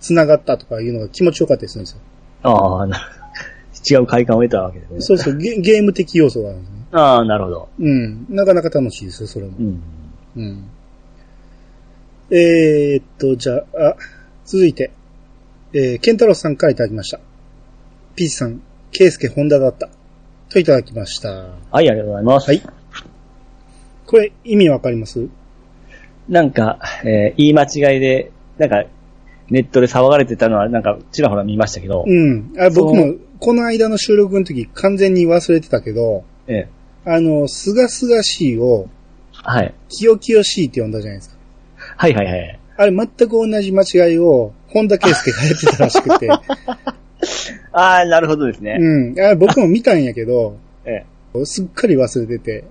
S2: 繋がったとかいうのが気持ちよかったりするんですよ。
S1: ああ、なる違う快感を得たわけですね。
S2: そうそう、ゲゲーム的要素があるんですね。
S1: ああ、なるほど。
S2: うん。なかなか楽しいですよ、それも。
S1: うん。
S2: うん。えー、っと、じゃあ、あ続いて、えー、ケンタロウさんからいただきました。ピーチさん、ケイスケホンダだった。といただきました。
S1: はい、ありがとうございます。
S2: はい。これ、意味わかります
S1: なんか、えー言い間違いで、なんか、ネットで騒がれてたのは、なんか、ちらほら見ましたけど、
S2: うん。あ
S1: そう
S2: 僕も、この間の収録の時、完全に忘れてたけど、
S1: ええ。
S2: あの、すがすがしいを、
S1: はい。
S2: きよきよしいって呼んだじゃないですか。
S1: はいはいはい。
S2: あれ、全く同じ間違いを、本田圭介がやってたらしくて、
S1: ああ、なるほどですね。
S2: うん。あ僕も見たんやけど、
S1: <laughs> ええ。
S2: すっかり忘れてて、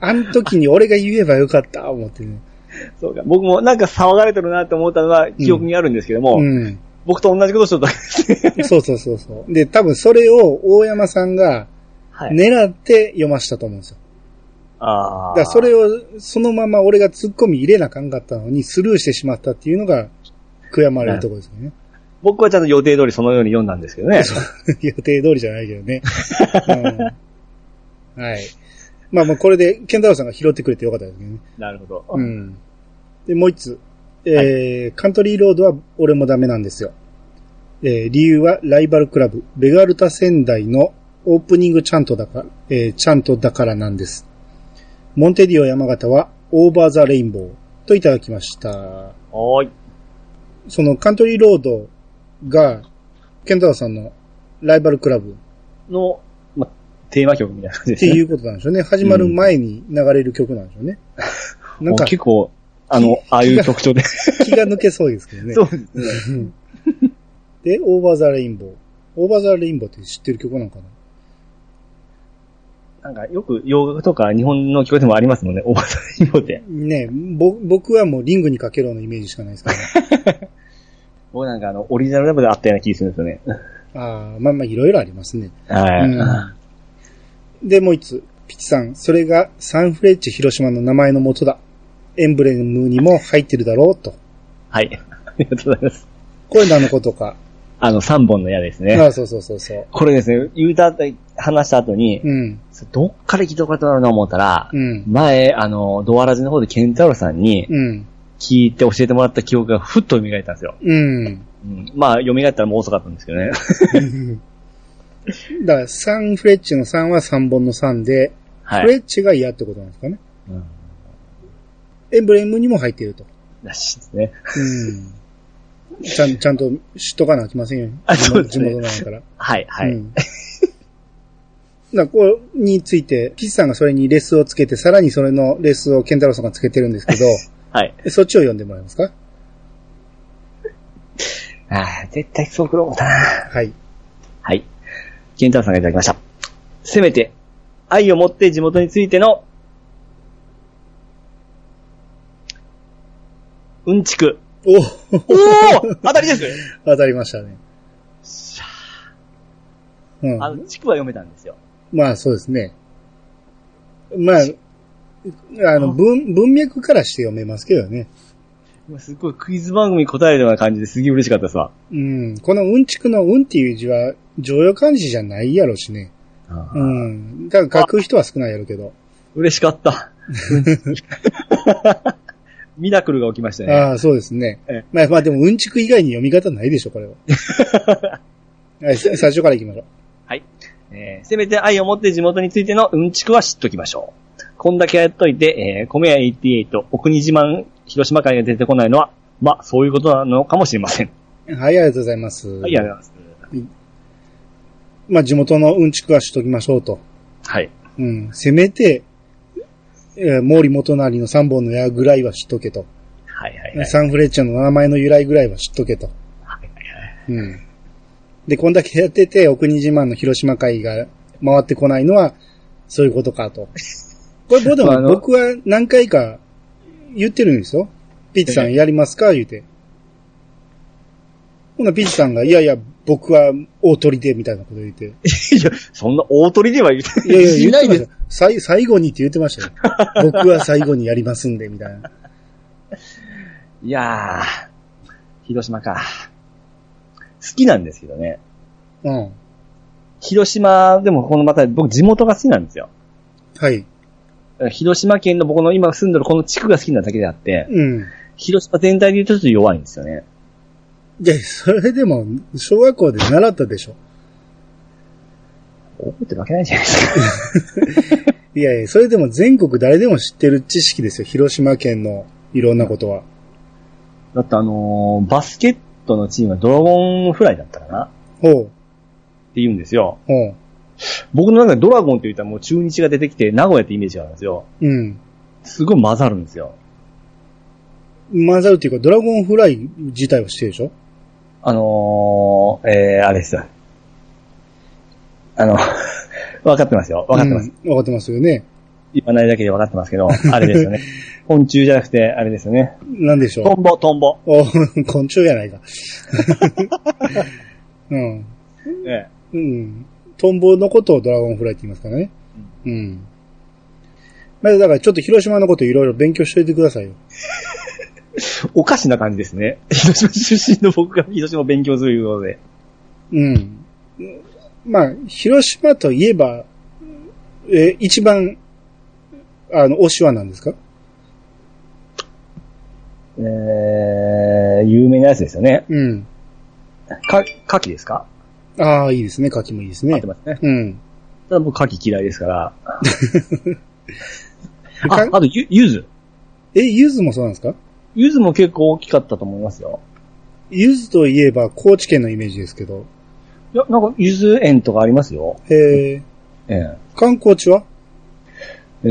S2: あの時に俺が言えばよかった、思ってね。
S1: そうか。僕もなんか騒がれてるなって思ったのは記憶にあるんですけども、
S2: うん。
S1: 僕と同じことしとったわけですね。
S2: そうそうそうそう。で、多分それを大山さんが
S1: はい。
S2: 狙って読ましたと思うんですよ。
S1: <laughs> ああ。
S2: だからそれを、そのまま俺が突っ込み入れなあかんかったのにスルーしてしまったっていうのが悔やまれるところですよね。
S1: 僕はちゃんと予定通りそのように読んだんですけどね。
S2: <laughs> 予定通りじゃないけどね。うんはい。まあまあこれで、ケンタロウさんが拾ってくれてよかったですけどね。
S1: なるほど。
S2: うん。で、もう一つ。えーカントリーロードは俺もダメなんですよ。えー理由はライバルクラブ、ベガルタ仙台のオープニングちゃんとだから、えーちゃんとだからなんです。モンテディオ山形はオーバーザレインボーといただきました。
S1: おーい。
S2: そのカントリーロードが、ケンタロウさんのライバルクラブっ
S1: の、ま、テーマ曲みたいな感じで
S2: て
S1: すね。
S2: いうことなんでしょうね。始まる前に流れる曲なんでしょう <laughs> ね。なん
S1: も
S2: か
S1: う結構、あの、ああいう曲
S2: <laughs>
S1: 調で。
S2: 気が抜け <laughs> そうですけどね。
S1: そうですね。
S2: うんで、オーバーザレインボー。オーバーザレインボーって知ってる曲なんかな
S1: <laughs> なんかよく洋楽とか日本の曲でもありますもんね、オーバーザレインボーって。
S2: ねえぼ、僕はもうリングにかけろのイメージしかないですから、
S1: <laughs> 僕なんかあの、オリジナルラブであったような気がするんですよね。
S2: ああ、まあまあいろいろありますね。
S1: は
S2: で、もう一つ。ピチさん、それがサンフレッチェ広島の名前の元だ。エンブレムにも入ってるだろうと。
S1: い。はい。ありがとうございます。
S2: これ何のことか。
S1: あの、3本の矢です
S2: あ
S1: ね。
S2: あ、そうそうそうそう。
S1: これですね、言うた後、話した後に、
S2: うん、
S1: どっから聞いたことあるな思ったら、
S2: うん、
S1: 前、あの、ドアラジの方でケンタロウさんに
S2: うん、
S1: 聞いて教えてもらった記憶がふっと蘇ったんですよ。
S2: うん。
S1: うん、まあ、蘇ったらもう遅かったんですけどね。
S2: だから、サンフレッチェの3は3本の3で、
S1: <laughs> は
S2: フレ
S1: い。
S2: ッチェが嫌ってことなんですかね。
S1: うん、
S2: エンブレムにも入っていると。
S1: らしいですね。
S2: うんちゃん、ちゃんと知っとかなあきませんよ。
S1: あそうですね
S2: 地元なんやから。
S1: はい、はい。
S2: うん。 <laughs> な、これについて、岸さんがそれにレスをつけて、さらにそれのレスを健太郎さんがつけてるんですけ
S1: <laughs>
S2: ど、
S1: はい。
S2: そっちを読んでもらえますか
S1: ああ、絶対そうくろうかな。
S2: はい。
S1: はい。ケンタロウさんがいただきました。せめて、愛を持って地元についての、うんちく。
S2: お
S1: おお <laughs> 当たりです
S2: 当たりましたね。う
S1: あ
S2: ん。
S1: の、地区は読めたんですよ。
S2: まあ、そうですね。まあ、あの、文、文脈からして読めますけどね。
S1: すごいクイズ番組答えるような感じですげえ嬉しかったさ。
S2: うん。このうんちくのうんっていう字は、常用漢字じゃないやろしね。
S1: あ
S2: う
S1: ー
S2: ん。だから書く人は少ないやろうけど。
S1: 嬉しかった。 <laughs> ミラクルが起きましたね。
S2: ああ、そうですね
S1: え。
S2: まあまあでも、うんちく以外に読み方ないでしょ、これは。
S1: <laughs>
S2: はい、さ最初から行きましょう。
S1: えーせめて愛を持って地元についてのうんちくは知っときましょう。こんだけやっといて、えー、米屋88、お国自慢、広島会が出てこないのは、まあ、そういうことなのかもしれません。
S2: はい、ありがとうございます。
S1: はい、ありがとうございま
S2: まあ、地元のうんちくはしときましょうと。
S1: す。はい。
S2: うん。せめて、えー毛利元就の三本の矢ぐらいは知っとけと。
S1: はいはい
S2: <laughs>
S1: はい。
S2: サンフレッチェの名前の由来ぐらいは知っとけと。うん。で、こんだけやってて、お国自慢の広島会が回ってこないのは、そういうことかと。これ、で
S1: まああ
S2: も
S1: の
S2: 僕は何回か言ってるんですよ。ピッチさんやりますか言うて。ほな、ピッチさんが、いやいや、僕は大鳥で、みたいなこと言って。
S1: いや、そんな大鳥では言って
S2: いやいや、
S3: し
S2: 言
S3: な
S2: っ
S3: い
S2: て
S3: で
S2: ますしたよ。さい最後にって言ってましたよ。僕は最後にやりますんで、みたいな。
S1: いやー、広島か。好きなんですけどね。
S2: うん。
S1: 広島、でもこのまた僕地元が好きなんですよ。
S2: はい。
S1: 広島県の僕の今住んでるこの地区が好きなだけであって、
S2: うん。
S1: 広島全体で言うとちょっと弱いんですよね。
S2: いや、それでも、小学校で習ったでしょ。
S1: 覚えてるわけないじゃないですか。 <laughs>
S2: いやいや、それでも全国誰でも知ってる知識ですよ。広島県のいろんなことは。
S1: だってあのーバスケットのチームはドラゴンフライだったかなっ
S2: ほう、
S1: て言うんですよ。
S2: ほう、
S1: 僕の中でドラゴンって言ったらもう中日が出てきて名古屋ってイメージがあるんですよ。
S2: うん。
S1: すごい混ざるんですよ。
S2: 混ざるっていうか、ドラゴンフライ自体は知ってるでしょ
S1: あのー、えー、あれですよ。あの、 <laughs> 分かってますよ。分かってます。
S2: うん。わかってますよね。
S1: 言わないだけで分かってますけど、あれです
S2: <laughs>
S1: よね。昆虫じゃなくて、あれですよね。
S2: なんでしょう
S1: ト。ンボ、トンボ。
S2: お <laughs> 昆虫やないか。うん。
S1: え
S2: うん。トンボのことをドラゴンフライって言いますからね。うん。まあ、だからちょっと広島のこといろいろ勉強しといてくださいよ。
S1: えおかしな感じですね。 <laughs> 広島出身の僕が広島を勉強するいうことで。
S2: うん。まあ、広島といえば、えー、一番、あの、推しは何ですか
S1: えー、有名なやつですよね。
S2: うん。
S1: か、牡蠣ですか
S2: ああ、いいですね。牡蠣もいいです
S1: 合っ
S2: ね
S1: て。ますね。
S2: うん。
S1: ただ僕牡蠣嫌いです <laughs> から。あ
S2: か、
S1: あとゆ、ゆず。
S2: え、ゆずもそうなんですか
S1: ゆずも結構大きかったと思いますよ。
S2: ゆずといえば高知県のイメージですけど。
S1: いや、なんか、ゆず園とかありますよ。
S2: えー、
S1: ええ
S2: 観光地は
S1: え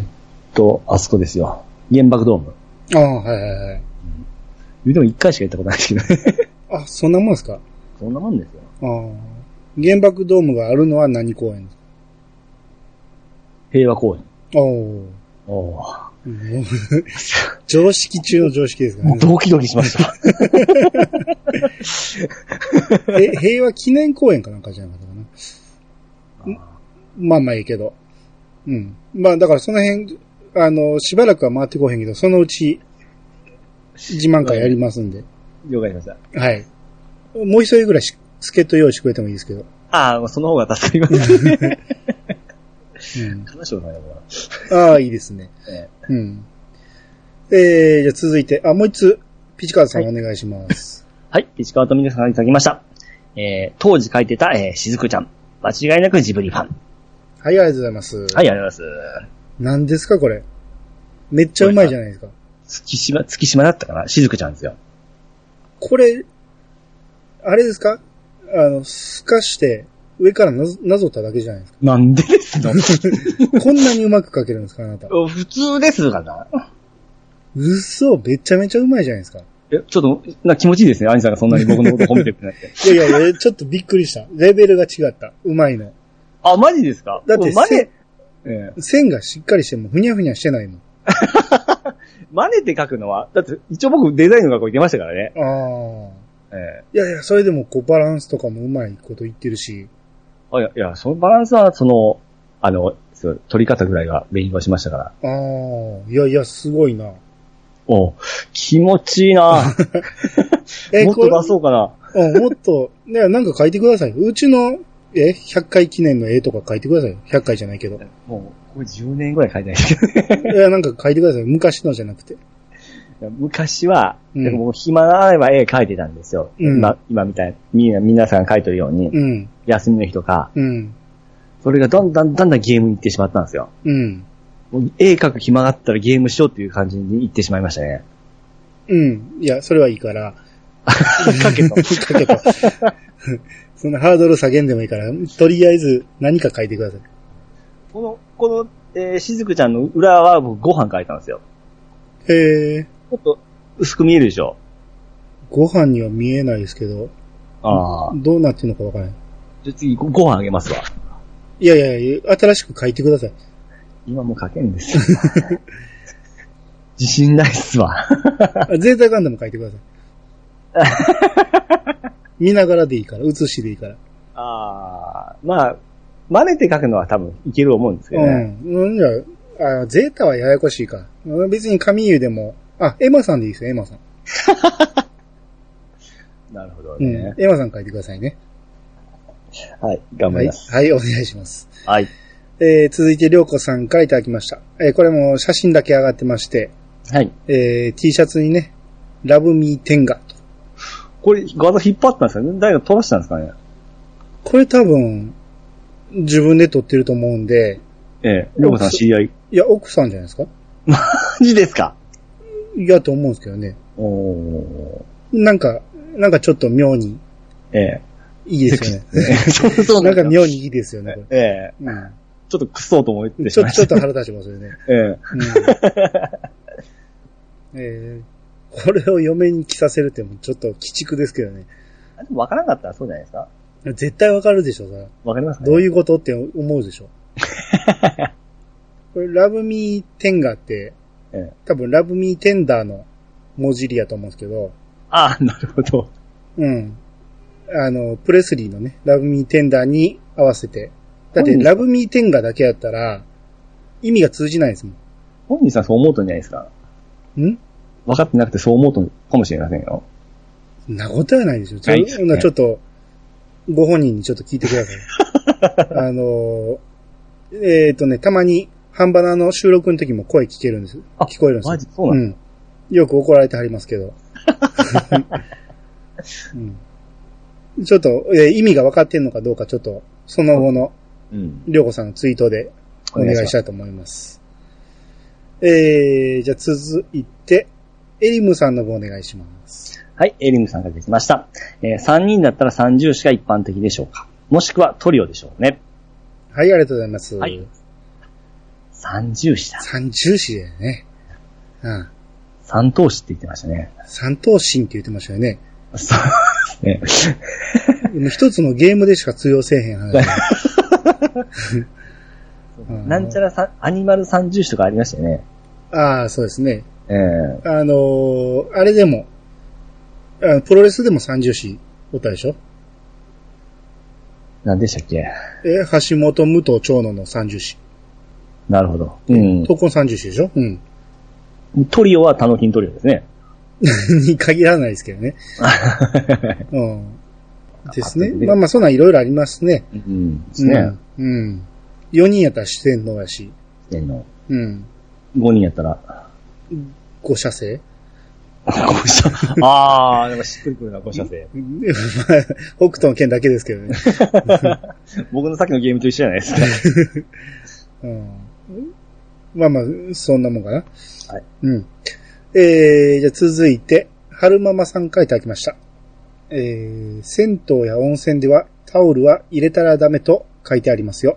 S1: ーっと、あそこですよ。原爆ドーム。
S2: ああ、はいはいはい。
S1: 言うても一回しか行ったことないですけどね。
S2: あ、そんなもんですか
S1: そんなもんですよ。
S2: ああ。原爆ドームがあるのは何公園ですか
S1: 平和公園。
S2: お <laughs> お。
S1: おー
S2: うん常識中の常識ですから
S1: もう
S2: ね。
S1: ドキドキしました。
S2: え、平和記念公園かなんかじゃなかったかな。まあまあいいけど。うん。まあだからその辺、あの、しばらくは回ってこへんけど、そのうち、自慢会やりますんで。
S1: 了解しました。
S2: はい。もう一人ぐらいし、助っ人用意してくれてもいいですけど。
S1: ああ、その方が助かります <laughs> ね。
S2: うん。
S1: 話をないな、これは
S2: ああ、いいですね。
S1: え
S2: うん。えー、じゃあ続いて、あ、もう一つ、ピチカーズさんお願いします。
S1: はい、ピチカワとミネさんからいただきました。えー、当時書いてた、えー、しずくちゃん。間違いなくジブリファン。
S2: はい、ありがとうございます。。
S1: はいい、ありがとうございま
S2: 何ですか、これ。めっちゃうまいじゃないですか。
S1: す。月島、月島だったかなしずくちゃんですよ。
S2: これ、あれですかあの、すかして、上からなぞなぞっただけじゃないですか。 <laughs>
S1: なんでですの
S2: こんなにうまく書けるんですか、あな
S1: <laughs>
S2: た。
S1: 普通ですかな
S2: 嘘、めちゃめちゃうまいじゃないですか。
S1: え、ちょっと、な気持ちいいですね。アニさんがそんなに僕のこと褒めてくれないって。
S2: いやいやいや、ちょっとびっくりした。 <laughs> レベルが違った。うまいの。
S1: <laughs> あ、マジですか
S2: だって
S1: 真似、
S2: せ
S1: ええ
S2: 線がしっかりしても、ふにゃふにゃしてないもん。
S1: 真似って書くのは、だって一応僕デザインの学校行ってましたからね。
S2: ああ。
S1: え
S2: いやいや、それでもこう、バランスとかもうまいこと言ってる
S1: え
S2: し。
S1: あいや、いや、そのバランスは、その、あの、そう取り方ぐらいが勉強しましたから。
S2: ああ。いやいや、すごいな。
S1: おう気持ちいいな
S2: <laughs> え、
S1: もっ
S2: ことれ、
S1: 出そうかな。
S2: うん、もっと、ね、なんか書いてください。うちの、え、100回記念の絵とか書いてくださいよ。100回じゃないけど。
S1: もう、これ10年ぐらい書いて
S2: <laughs>
S1: ないですけどね。
S2: いや、なんか書いてください。昔のじゃなくて。
S1: 昔は、
S2: うん
S1: でももう暇があれば絵描いてたんですよ。
S2: うん
S1: 今、今みたいに、皆さんが描いてるように、
S2: うん、
S1: 休みの日とか、
S2: うん、
S1: それがだんだんだんだんゲームに行ってしまったんですよ。
S2: うん、
S1: もう絵描く暇があったらゲームしようっていう感じに行ってしまいましたね。
S2: うん。いや、それはいいから。
S1: 描
S2: <laughs>
S1: けと。
S2: 書けと。そんなハードル下げんでもいいから、とりあえず何か書いてください。
S1: この、この、えー、しずくちゃんの裏は僕ご飯描いたんですよ。
S2: えー、
S1: ちょっと薄く見えるでしょ。
S2: ご飯には見えないですけど、
S1: ああ。
S2: どうなってるのかわからない。
S1: じゃあ次ごご飯あげますわ。
S2: いやいやいや、新しく書いてください。
S1: 今もう描けんですよ。自信ないっすわ。
S2: あゼータガンダム書いてください。見ながらでいいから、写しでいいから。
S1: ああ。まあ、真似て描くのは多分いける思うんですけど
S2: う
S1: ね。
S2: ん。うん、じゃあ、あゼータはややこしいか。うん別に紙湯でも、あ、エマさんでいいですよ、エマさん。
S1: なるほど
S2: うん。
S1: ね。
S2: エマさん書いてくださいね。
S1: はい、頑張
S2: は
S1: り
S2: い。
S1: ます。
S2: はい、お願いします。
S1: はい。
S2: えー、続いて、りょうこさんからいただきました。えー、これも写真だけ上がってまして、
S1: はい。
S2: えー、T シャツにね、ラブミーテンガと。
S1: これ画像引っ張ったんですかね誰が撮らしたんですかね
S2: これ多分、自分で撮ってると思うんで、
S1: ええ。りょうこさん知り合い。
S2: いや、奥さんじゃないですか
S1: マジですか
S2: いや、と思うんですけどね。
S1: おお。
S2: なんか、なんかちょっと妙に
S1: ええ。
S2: いいですよね。
S1: <laughs> そうそう
S2: なんか妙にいいですよね、こ
S1: ええ。
S2: れ。うん
S1: ちょっとクソと思って
S2: ち
S1: し
S2: ょ
S1: まいま
S2: ちょ
S1: し。
S2: ったと腹立ちますよね。
S1: え <laughs>
S2: うんえー、これを嫁に着させるってもうちょっと鬼畜ですけどね。
S1: え。でも分からなかったらそうじゃないですか
S2: 絶対わかるでしょ、それ。
S1: 分かりますかね
S2: どういうことって思うで
S1: <laughs>
S2: しょ。これ、ラブミーテンガって
S1: ええ、
S2: 多分ラブミーテンダーの文字りやと思うんですけど、
S1: ああ、なるほど。
S2: うん。あの、プレスリーのね、ラブミーテンダーに合わせて。だって、
S1: うん
S2: ラブミーテンガだけやったら、意味が通じないですも
S1: 本人さんそう思うとんじゃないですか
S2: ん。ん
S1: 分かってなくてそう思うとんかもしれませんよ。
S2: そんなことはないでしょ。
S1: ない
S2: そんなちょっと、ご本人にちょっと聞いてくださ
S1: <laughs>
S2: い。あの、えっ、とね、たまに、半ばなの収録の時も声聞けるんです。
S1: あ
S2: 聞こえるんですよ
S1: マジそうなん
S2: ん。よく怒られてはりま
S1: <laughs>
S2: すけど。うんちょっと、えー意味が分かってんのかどうか、ちょっと、その後の、
S1: うん。
S2: りょうこさんのツイートでお願いしたいと思います。えー、じゃあ続いて、エリムさんの方お願いします。
S1: はい、エリムさんができました。えー、3人だったら30しか一般的でしょうかもしくはトリオでしょうね。
S2: はい、ありがとうございます。
S1: はい30子だ。
S2: 三重視だよね。うん。
S1: 三等子って言ってましたね。
S2: 三頭身って言ってましたよね。
S1: そうですね。
S2: でも一つのゲームでしか通用せえへん
S1: <laughs>
S2: 話。うん
S1: なんちゃらさ、アニマル三重子とかありましたよね。
S2: ああ、そうですね。
S1: ええ
S2: あのーあれでも、あプロレスでも三重視おったでしょ
S1: なんでしたっけ
S2: え、橋本武藤長野の三重視。
S1: なるほど。うん。
S2: 東根三重視でしょうん。 <laughs>
S1: トリオはタノキントリオですね。
S2: に限らないですけ
S1: <laughs>
S2: どね。うん。ですね。
S1: あとで
S2: まあまあ、そんなんいろいろありますね。
S1: うん。ですね。
S2: うん。うん。4人やったら四天王やし。
S1: 四天王
S2: うん。
S1: 5人やった
S2: <laughs>
S1: ら。
S2: 五射精 <laughs>
S1: 5社。あー、なんかしっくりくるな、5社生。
S2: うんまあ北斗の剣だけですけどね。
S1: <laughs> 僕のさっきのゲームと一緒じゃないですか。
S2: うん。まあまあ、そんなもんかな。
S1: はい。
S2: うん。えー、じゃあ続いて、春ママさんからいただきました。えー、銭湯や温泉ではタオルは入れたらダメと書いてありますよ。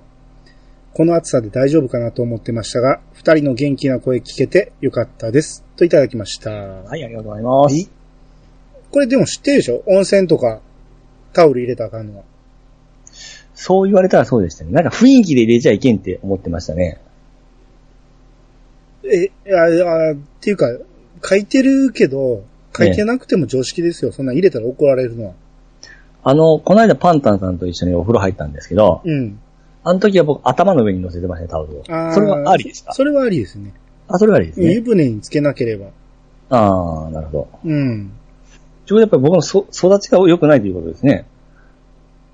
S2: この暑さで大丈夫かなと思ってましたが、二人の元気な声聞けてよかったです。といただきました。
S1: はい、ありがとうございます。
S2: これでも知ってるでしょ温泉とかタオル入れたらあかんのは。
S1: そう言われたらそうでしたね。なんか雰囲気で入れちゃいけんって思ってましたね。
S2: え、あ、あ、っていうか、書いてるけど、書いてなくても常識ですよ。そんなん入れたら怒られるのは。
S1: あの、この間パンタンさんと一緒にお風呂入ったんですけど、
S2: うん。
S1: あの時は僕頭の上に乗せてましたね、タオルを。
S2: あー
S1: それはありでした。
S2: それはありですね。
S1: あ、それはありですね。
S2: 湯船につけなければ。
S1: ああ、なるほど。
S2: うん。
S1: ちょうどやっぱり僕のそ育ちが良くないということですね。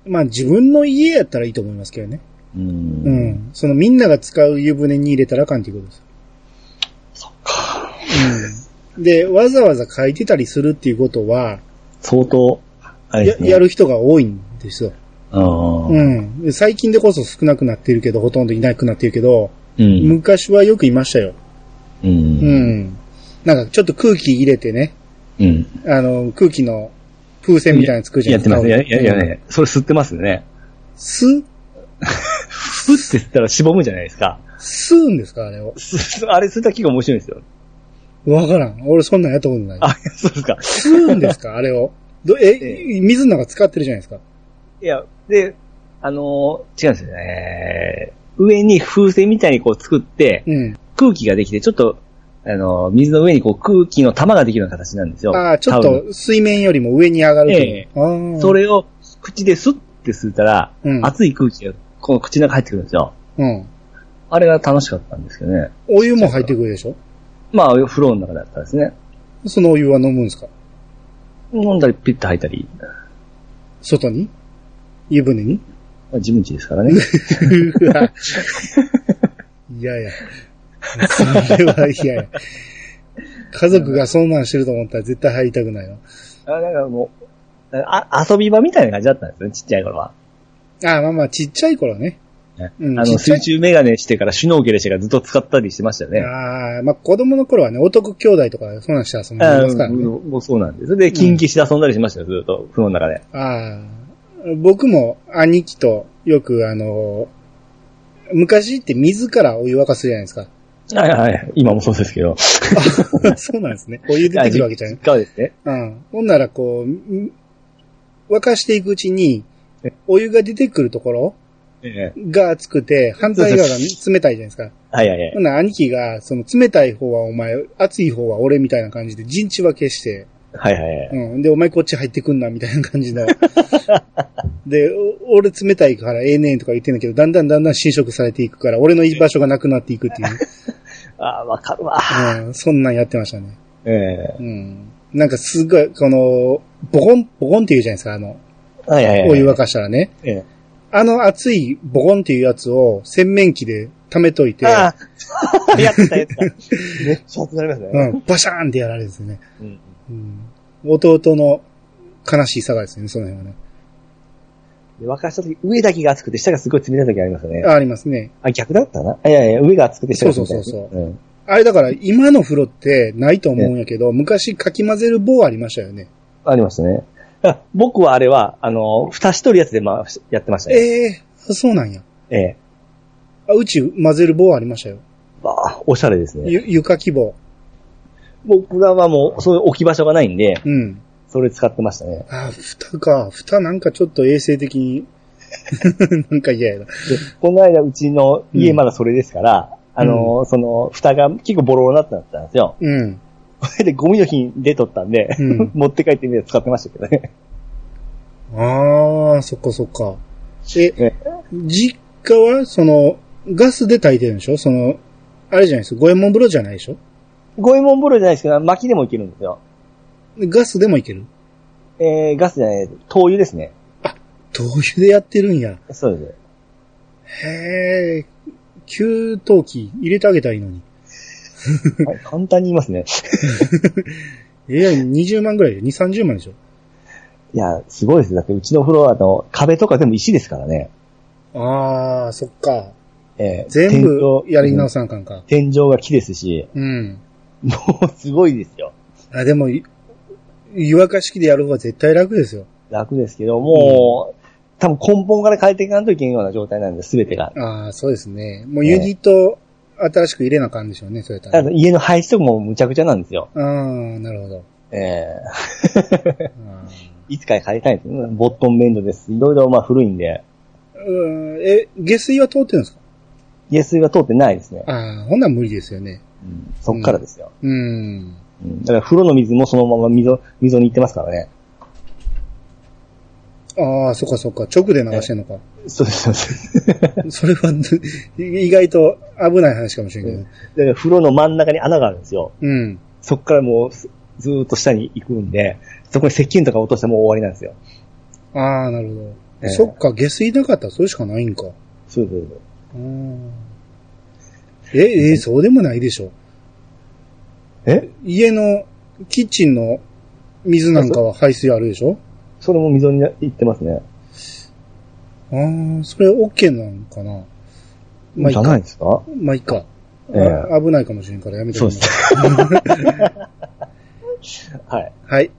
S2: まあ自分の家やったらいいと思いますけどね。
S1: うーん
S2: うん。そのみんなが使う湯船に入れたらあかんっていうことです。
S1: そっか。
S2: うん。で、わざわざ書いてたりするっていうことは、
S1: 相当、あれで
S2: や
S1: すね。
S2: や。る人が多いんですよ。
S1: ああ。
S2: う。ん。で最近でこそ少なくなってるけど、ほとんどいなくなってるけど、
S1: うん。
S2: 昔はよくいましたよ。
S1: う。
S2: うんん。なんかちょっと空気入れてね、
S1: うん。
S2: あの、空気の風船みたいなの作るじゃ
S1: や
S2: な
S1: っ
S2: い
S1: て
S2: ですか。
S1: ます。いや、いや、いやね、それ吸ってますよね。
S2: 吸
S1: 吸
S2: う
S1: って吸ったらしぼむじゃないですか。
S2: 吸うんですかあれを。
S1: 吸あれ吸ったら結構面白いんですよ。
S2: わからん。俺そんなんやったことない。
S1: あ、そうですか。
S2: 吸うんですかあれを。どえ、水の中使ってるじゃないですか。
S1: いや、で、あのー違うんですよね。上に風船みたいにこう作って、
S2: うん。
S1: 空気ができて、ちょっと、あのー水の上にこう空気の玉ができるような形なんですよ。
S2: ああ、ちょっ
S1: タオル
S2: と水面よりも上に上がるという
S1: え。
S2: ああ。
S1: そ。れを口でスッて吸ったら、
S2: うん
S1: 熱い空気がこの口の中入ってくるんですよ。
S2: うん。
S1: あれが楽しかったんですけどね。
S2: お湯も入ってくるでしょ
S1: まあ、風呂の中だったらですね。
S2: そのお湯は飲むんですか
S1: 飲んだりピッと吐いたり、
S2: 外に湯船に
S1: まあ自分家です
S2: <laughs>
S1: からね。
S2: うわいやいや。それは嫌や。家族がそんなんしてると思ったら絶対入りたくないわ。
S1: あなんかもう、あ遊び場みたいな感じだったんですね、ちっちゃい頃は。
S2: ああ、まあまあ、ちっちゃい頃ね。
S1: ね
S2: うん
S1: あ
S2: ちっ
S1: の、
S2: ちゃい
S1: 水中メガネしてからシュノーケルしてからずっと使ったりしてましたよね。
S2: ああ、まあ子供の頃はね、男兄弟とかそんなんして遊んで
S1: あ
S2: ま
S1: う
S2: すからね。
S1: んもうそうなんです。で、キンキして遊んだりしましたよ、ずっと、風呂の中で。
S2: ああ、僕も兄貴とよくあの、昔って水からお湯沸かすじゃないで
S1: <laughs>
S2: すか。
S1: はいはい。今もそうですけど。
S2: そうなんですね。お湯出てくるわけじゃない。
S1: 実家はですね。
S2: うん。ほんならこう、ん沸かしていくうちに、お湯が出てくるところ
S1: ええ
S2: が熱くて、反対側が冷たいじゃないですか。
S1: はいはいはい
S2: ほ。んなら兄貴が、その冷たい方はお前、熱い方は俺みたいな感じで陣地分けして、
S1: はいはいはい。
S2: うん。で、お前こっち入ってくんな、みたいな感じの。で、お俺冷たいからええねんとか言ってんだけど、だんだんだんだん侵食されていくから、俺の居場所がなくなっていくっていう。
S1: ああ、わかるわ。
S2: うん。そんなんやってましたね。
S1: ええ
S2: うん。なんかすごい、この、ボコン、ボコンって言うじゃないですか、あの、
S1: はいはいはい。
S2: お湯沸かしたらね。
S1: え
S2: あの熱いボコンっていうやつを洗面器で溜めとい
S1: え
S2: て、
S1: ああ、やってたやってた。めっちゃ熱くなります
S2: う
S1: ね。
S2: ん、バシャーンってやられるんですよね。
S1: うん
S2: うん。弟の悲しい差がですね、その辺はね。
S1: で沸かした時、上だけが熱くて、下がすごい冷たい時ありますよね。
S2: あありますね。
S1: あ、逆だったな。いやいや、上が熱くて下が冷たい。
S2: そうそうそう
S1: う。ん。
S2: あれだから今の風呂ってないと思うんやけど、昔かき混ぜる棒ありましたよね。
S1: ありましたね。あ僕はあれは、あの、蓋しとるやつで、まあ、やってましたね。
S2: ええそうなんや。
S1: ええ。
S2: あうち混ぜる棒ありましたよ。
S1: わあ、おしゃれですね。
S2: ゆ、ゆかき棒。
S1: 僕らはもう、そういう置き場所がないんで、
S2: うん。
S1: それ使ってましたね。
S2: あ、蓋か。蓋なんかちょっと衛生的に。 <laughs> なんか嫌やな。
S1: で、この間、うちの
S2: う
S1: 家
S2: ん
S1: まだそれですから、あのー、その、蓋が結構ボロボロになってたんですよ。 <laughs>
S2: うん。
S1: これでゴミの日に出とったんで、
S2: うん
S1: <laughs> 持って帰ってみて使ってましたけどね。 <laughs>
S2: ああ、そっかそっか。え
S1: え、
S2: 実家は、その、ガスで炊いてるんでしょその、あれじゃないです。五右衛門風呂じゃないでしょ
S1: ゴミもんボロじゃないですけど、薪でもいけるんですよ。
S2: ガスでもいける
S1: えー、ガスじゃない、灯油ですね。
S2: 灯油でやってるんや。
S1: そうです。
S2: へえ、給湯器入れてあげたらいいのに。 <laughs>
S1: はい簡単に言いますね。
S2: ええ、20万ぐらいで、2、30万でしょ。
S1: いや、すごいです。だってうちのお風呂は、あの、壁とか全部石ですからね。
S2: ああ、そっか。
S1: えー
S2: 全部
S1: 天井
S2: やり直さなあかんか。
S1: 天井が木ですし、
S2: うん。
S1: もうすごいですよ。
S2: あ、でも、い湯沸かし器でやる方が絶対楽ですよ。
S1: 楽ですけど、もう、多分根本から変えていかんといけんような状態なんで、すべてが。
S2: ああ、そうですね。もう湯にと新しく入れなあかんでしょうね、それやった
S1: あ
S2: らね。
S1: の家の配置とかもむちゃくちゃなんですよ。
S2: ああ、なるほど。
S1: ええ
S2: あー
S1: いつか変えたいです。ボットンベンドです。いろいろまあ古いんで、
S2: うんえ、下水は通ってるんですか
S1: 下水が通ってないですね。
S2: ああ、ほんなら無理ですよね。
S1: うんそっからですよ、
S2: うん。
S1: うんだから風呂の水もそのまま溝、溝に行ってますからね。
S2: ああ、そっかそっか。直で流してんのか。
S1: そうです、そうです。
S2: それは、 <laughs> 意外と危ない話かもしれんけど。
S1: だから風呂の真ん中に穴があるんですよ。
S2: うん。
S1: そっからもうすずーっと下に行くんで、そこに石鹸とか落としてもう終わりなんですよ。
S2: ああ、なるほど。
S1: ええ
S2: そっか、下水なかったらそれしかないんか。
S1: そうそうそう。
S2: うんえ、ええ、そうでもないでしょ。
S1: え
S2: 家の、キッチンの水なんかは排水あるでしょ
S1: それも溝にな行ってますね。
S2: ああ、それ OK なのかなまあ、いい
S1: じゃない
S2: か。
S1: ですか
S2: まあ、いいか。
S1: ええ
S2: あ危ないかもしれんからやめて
S1: そう
S2: く
S1: で
S2: ださい。
S1: <laughs> す。はい。
S2: はい。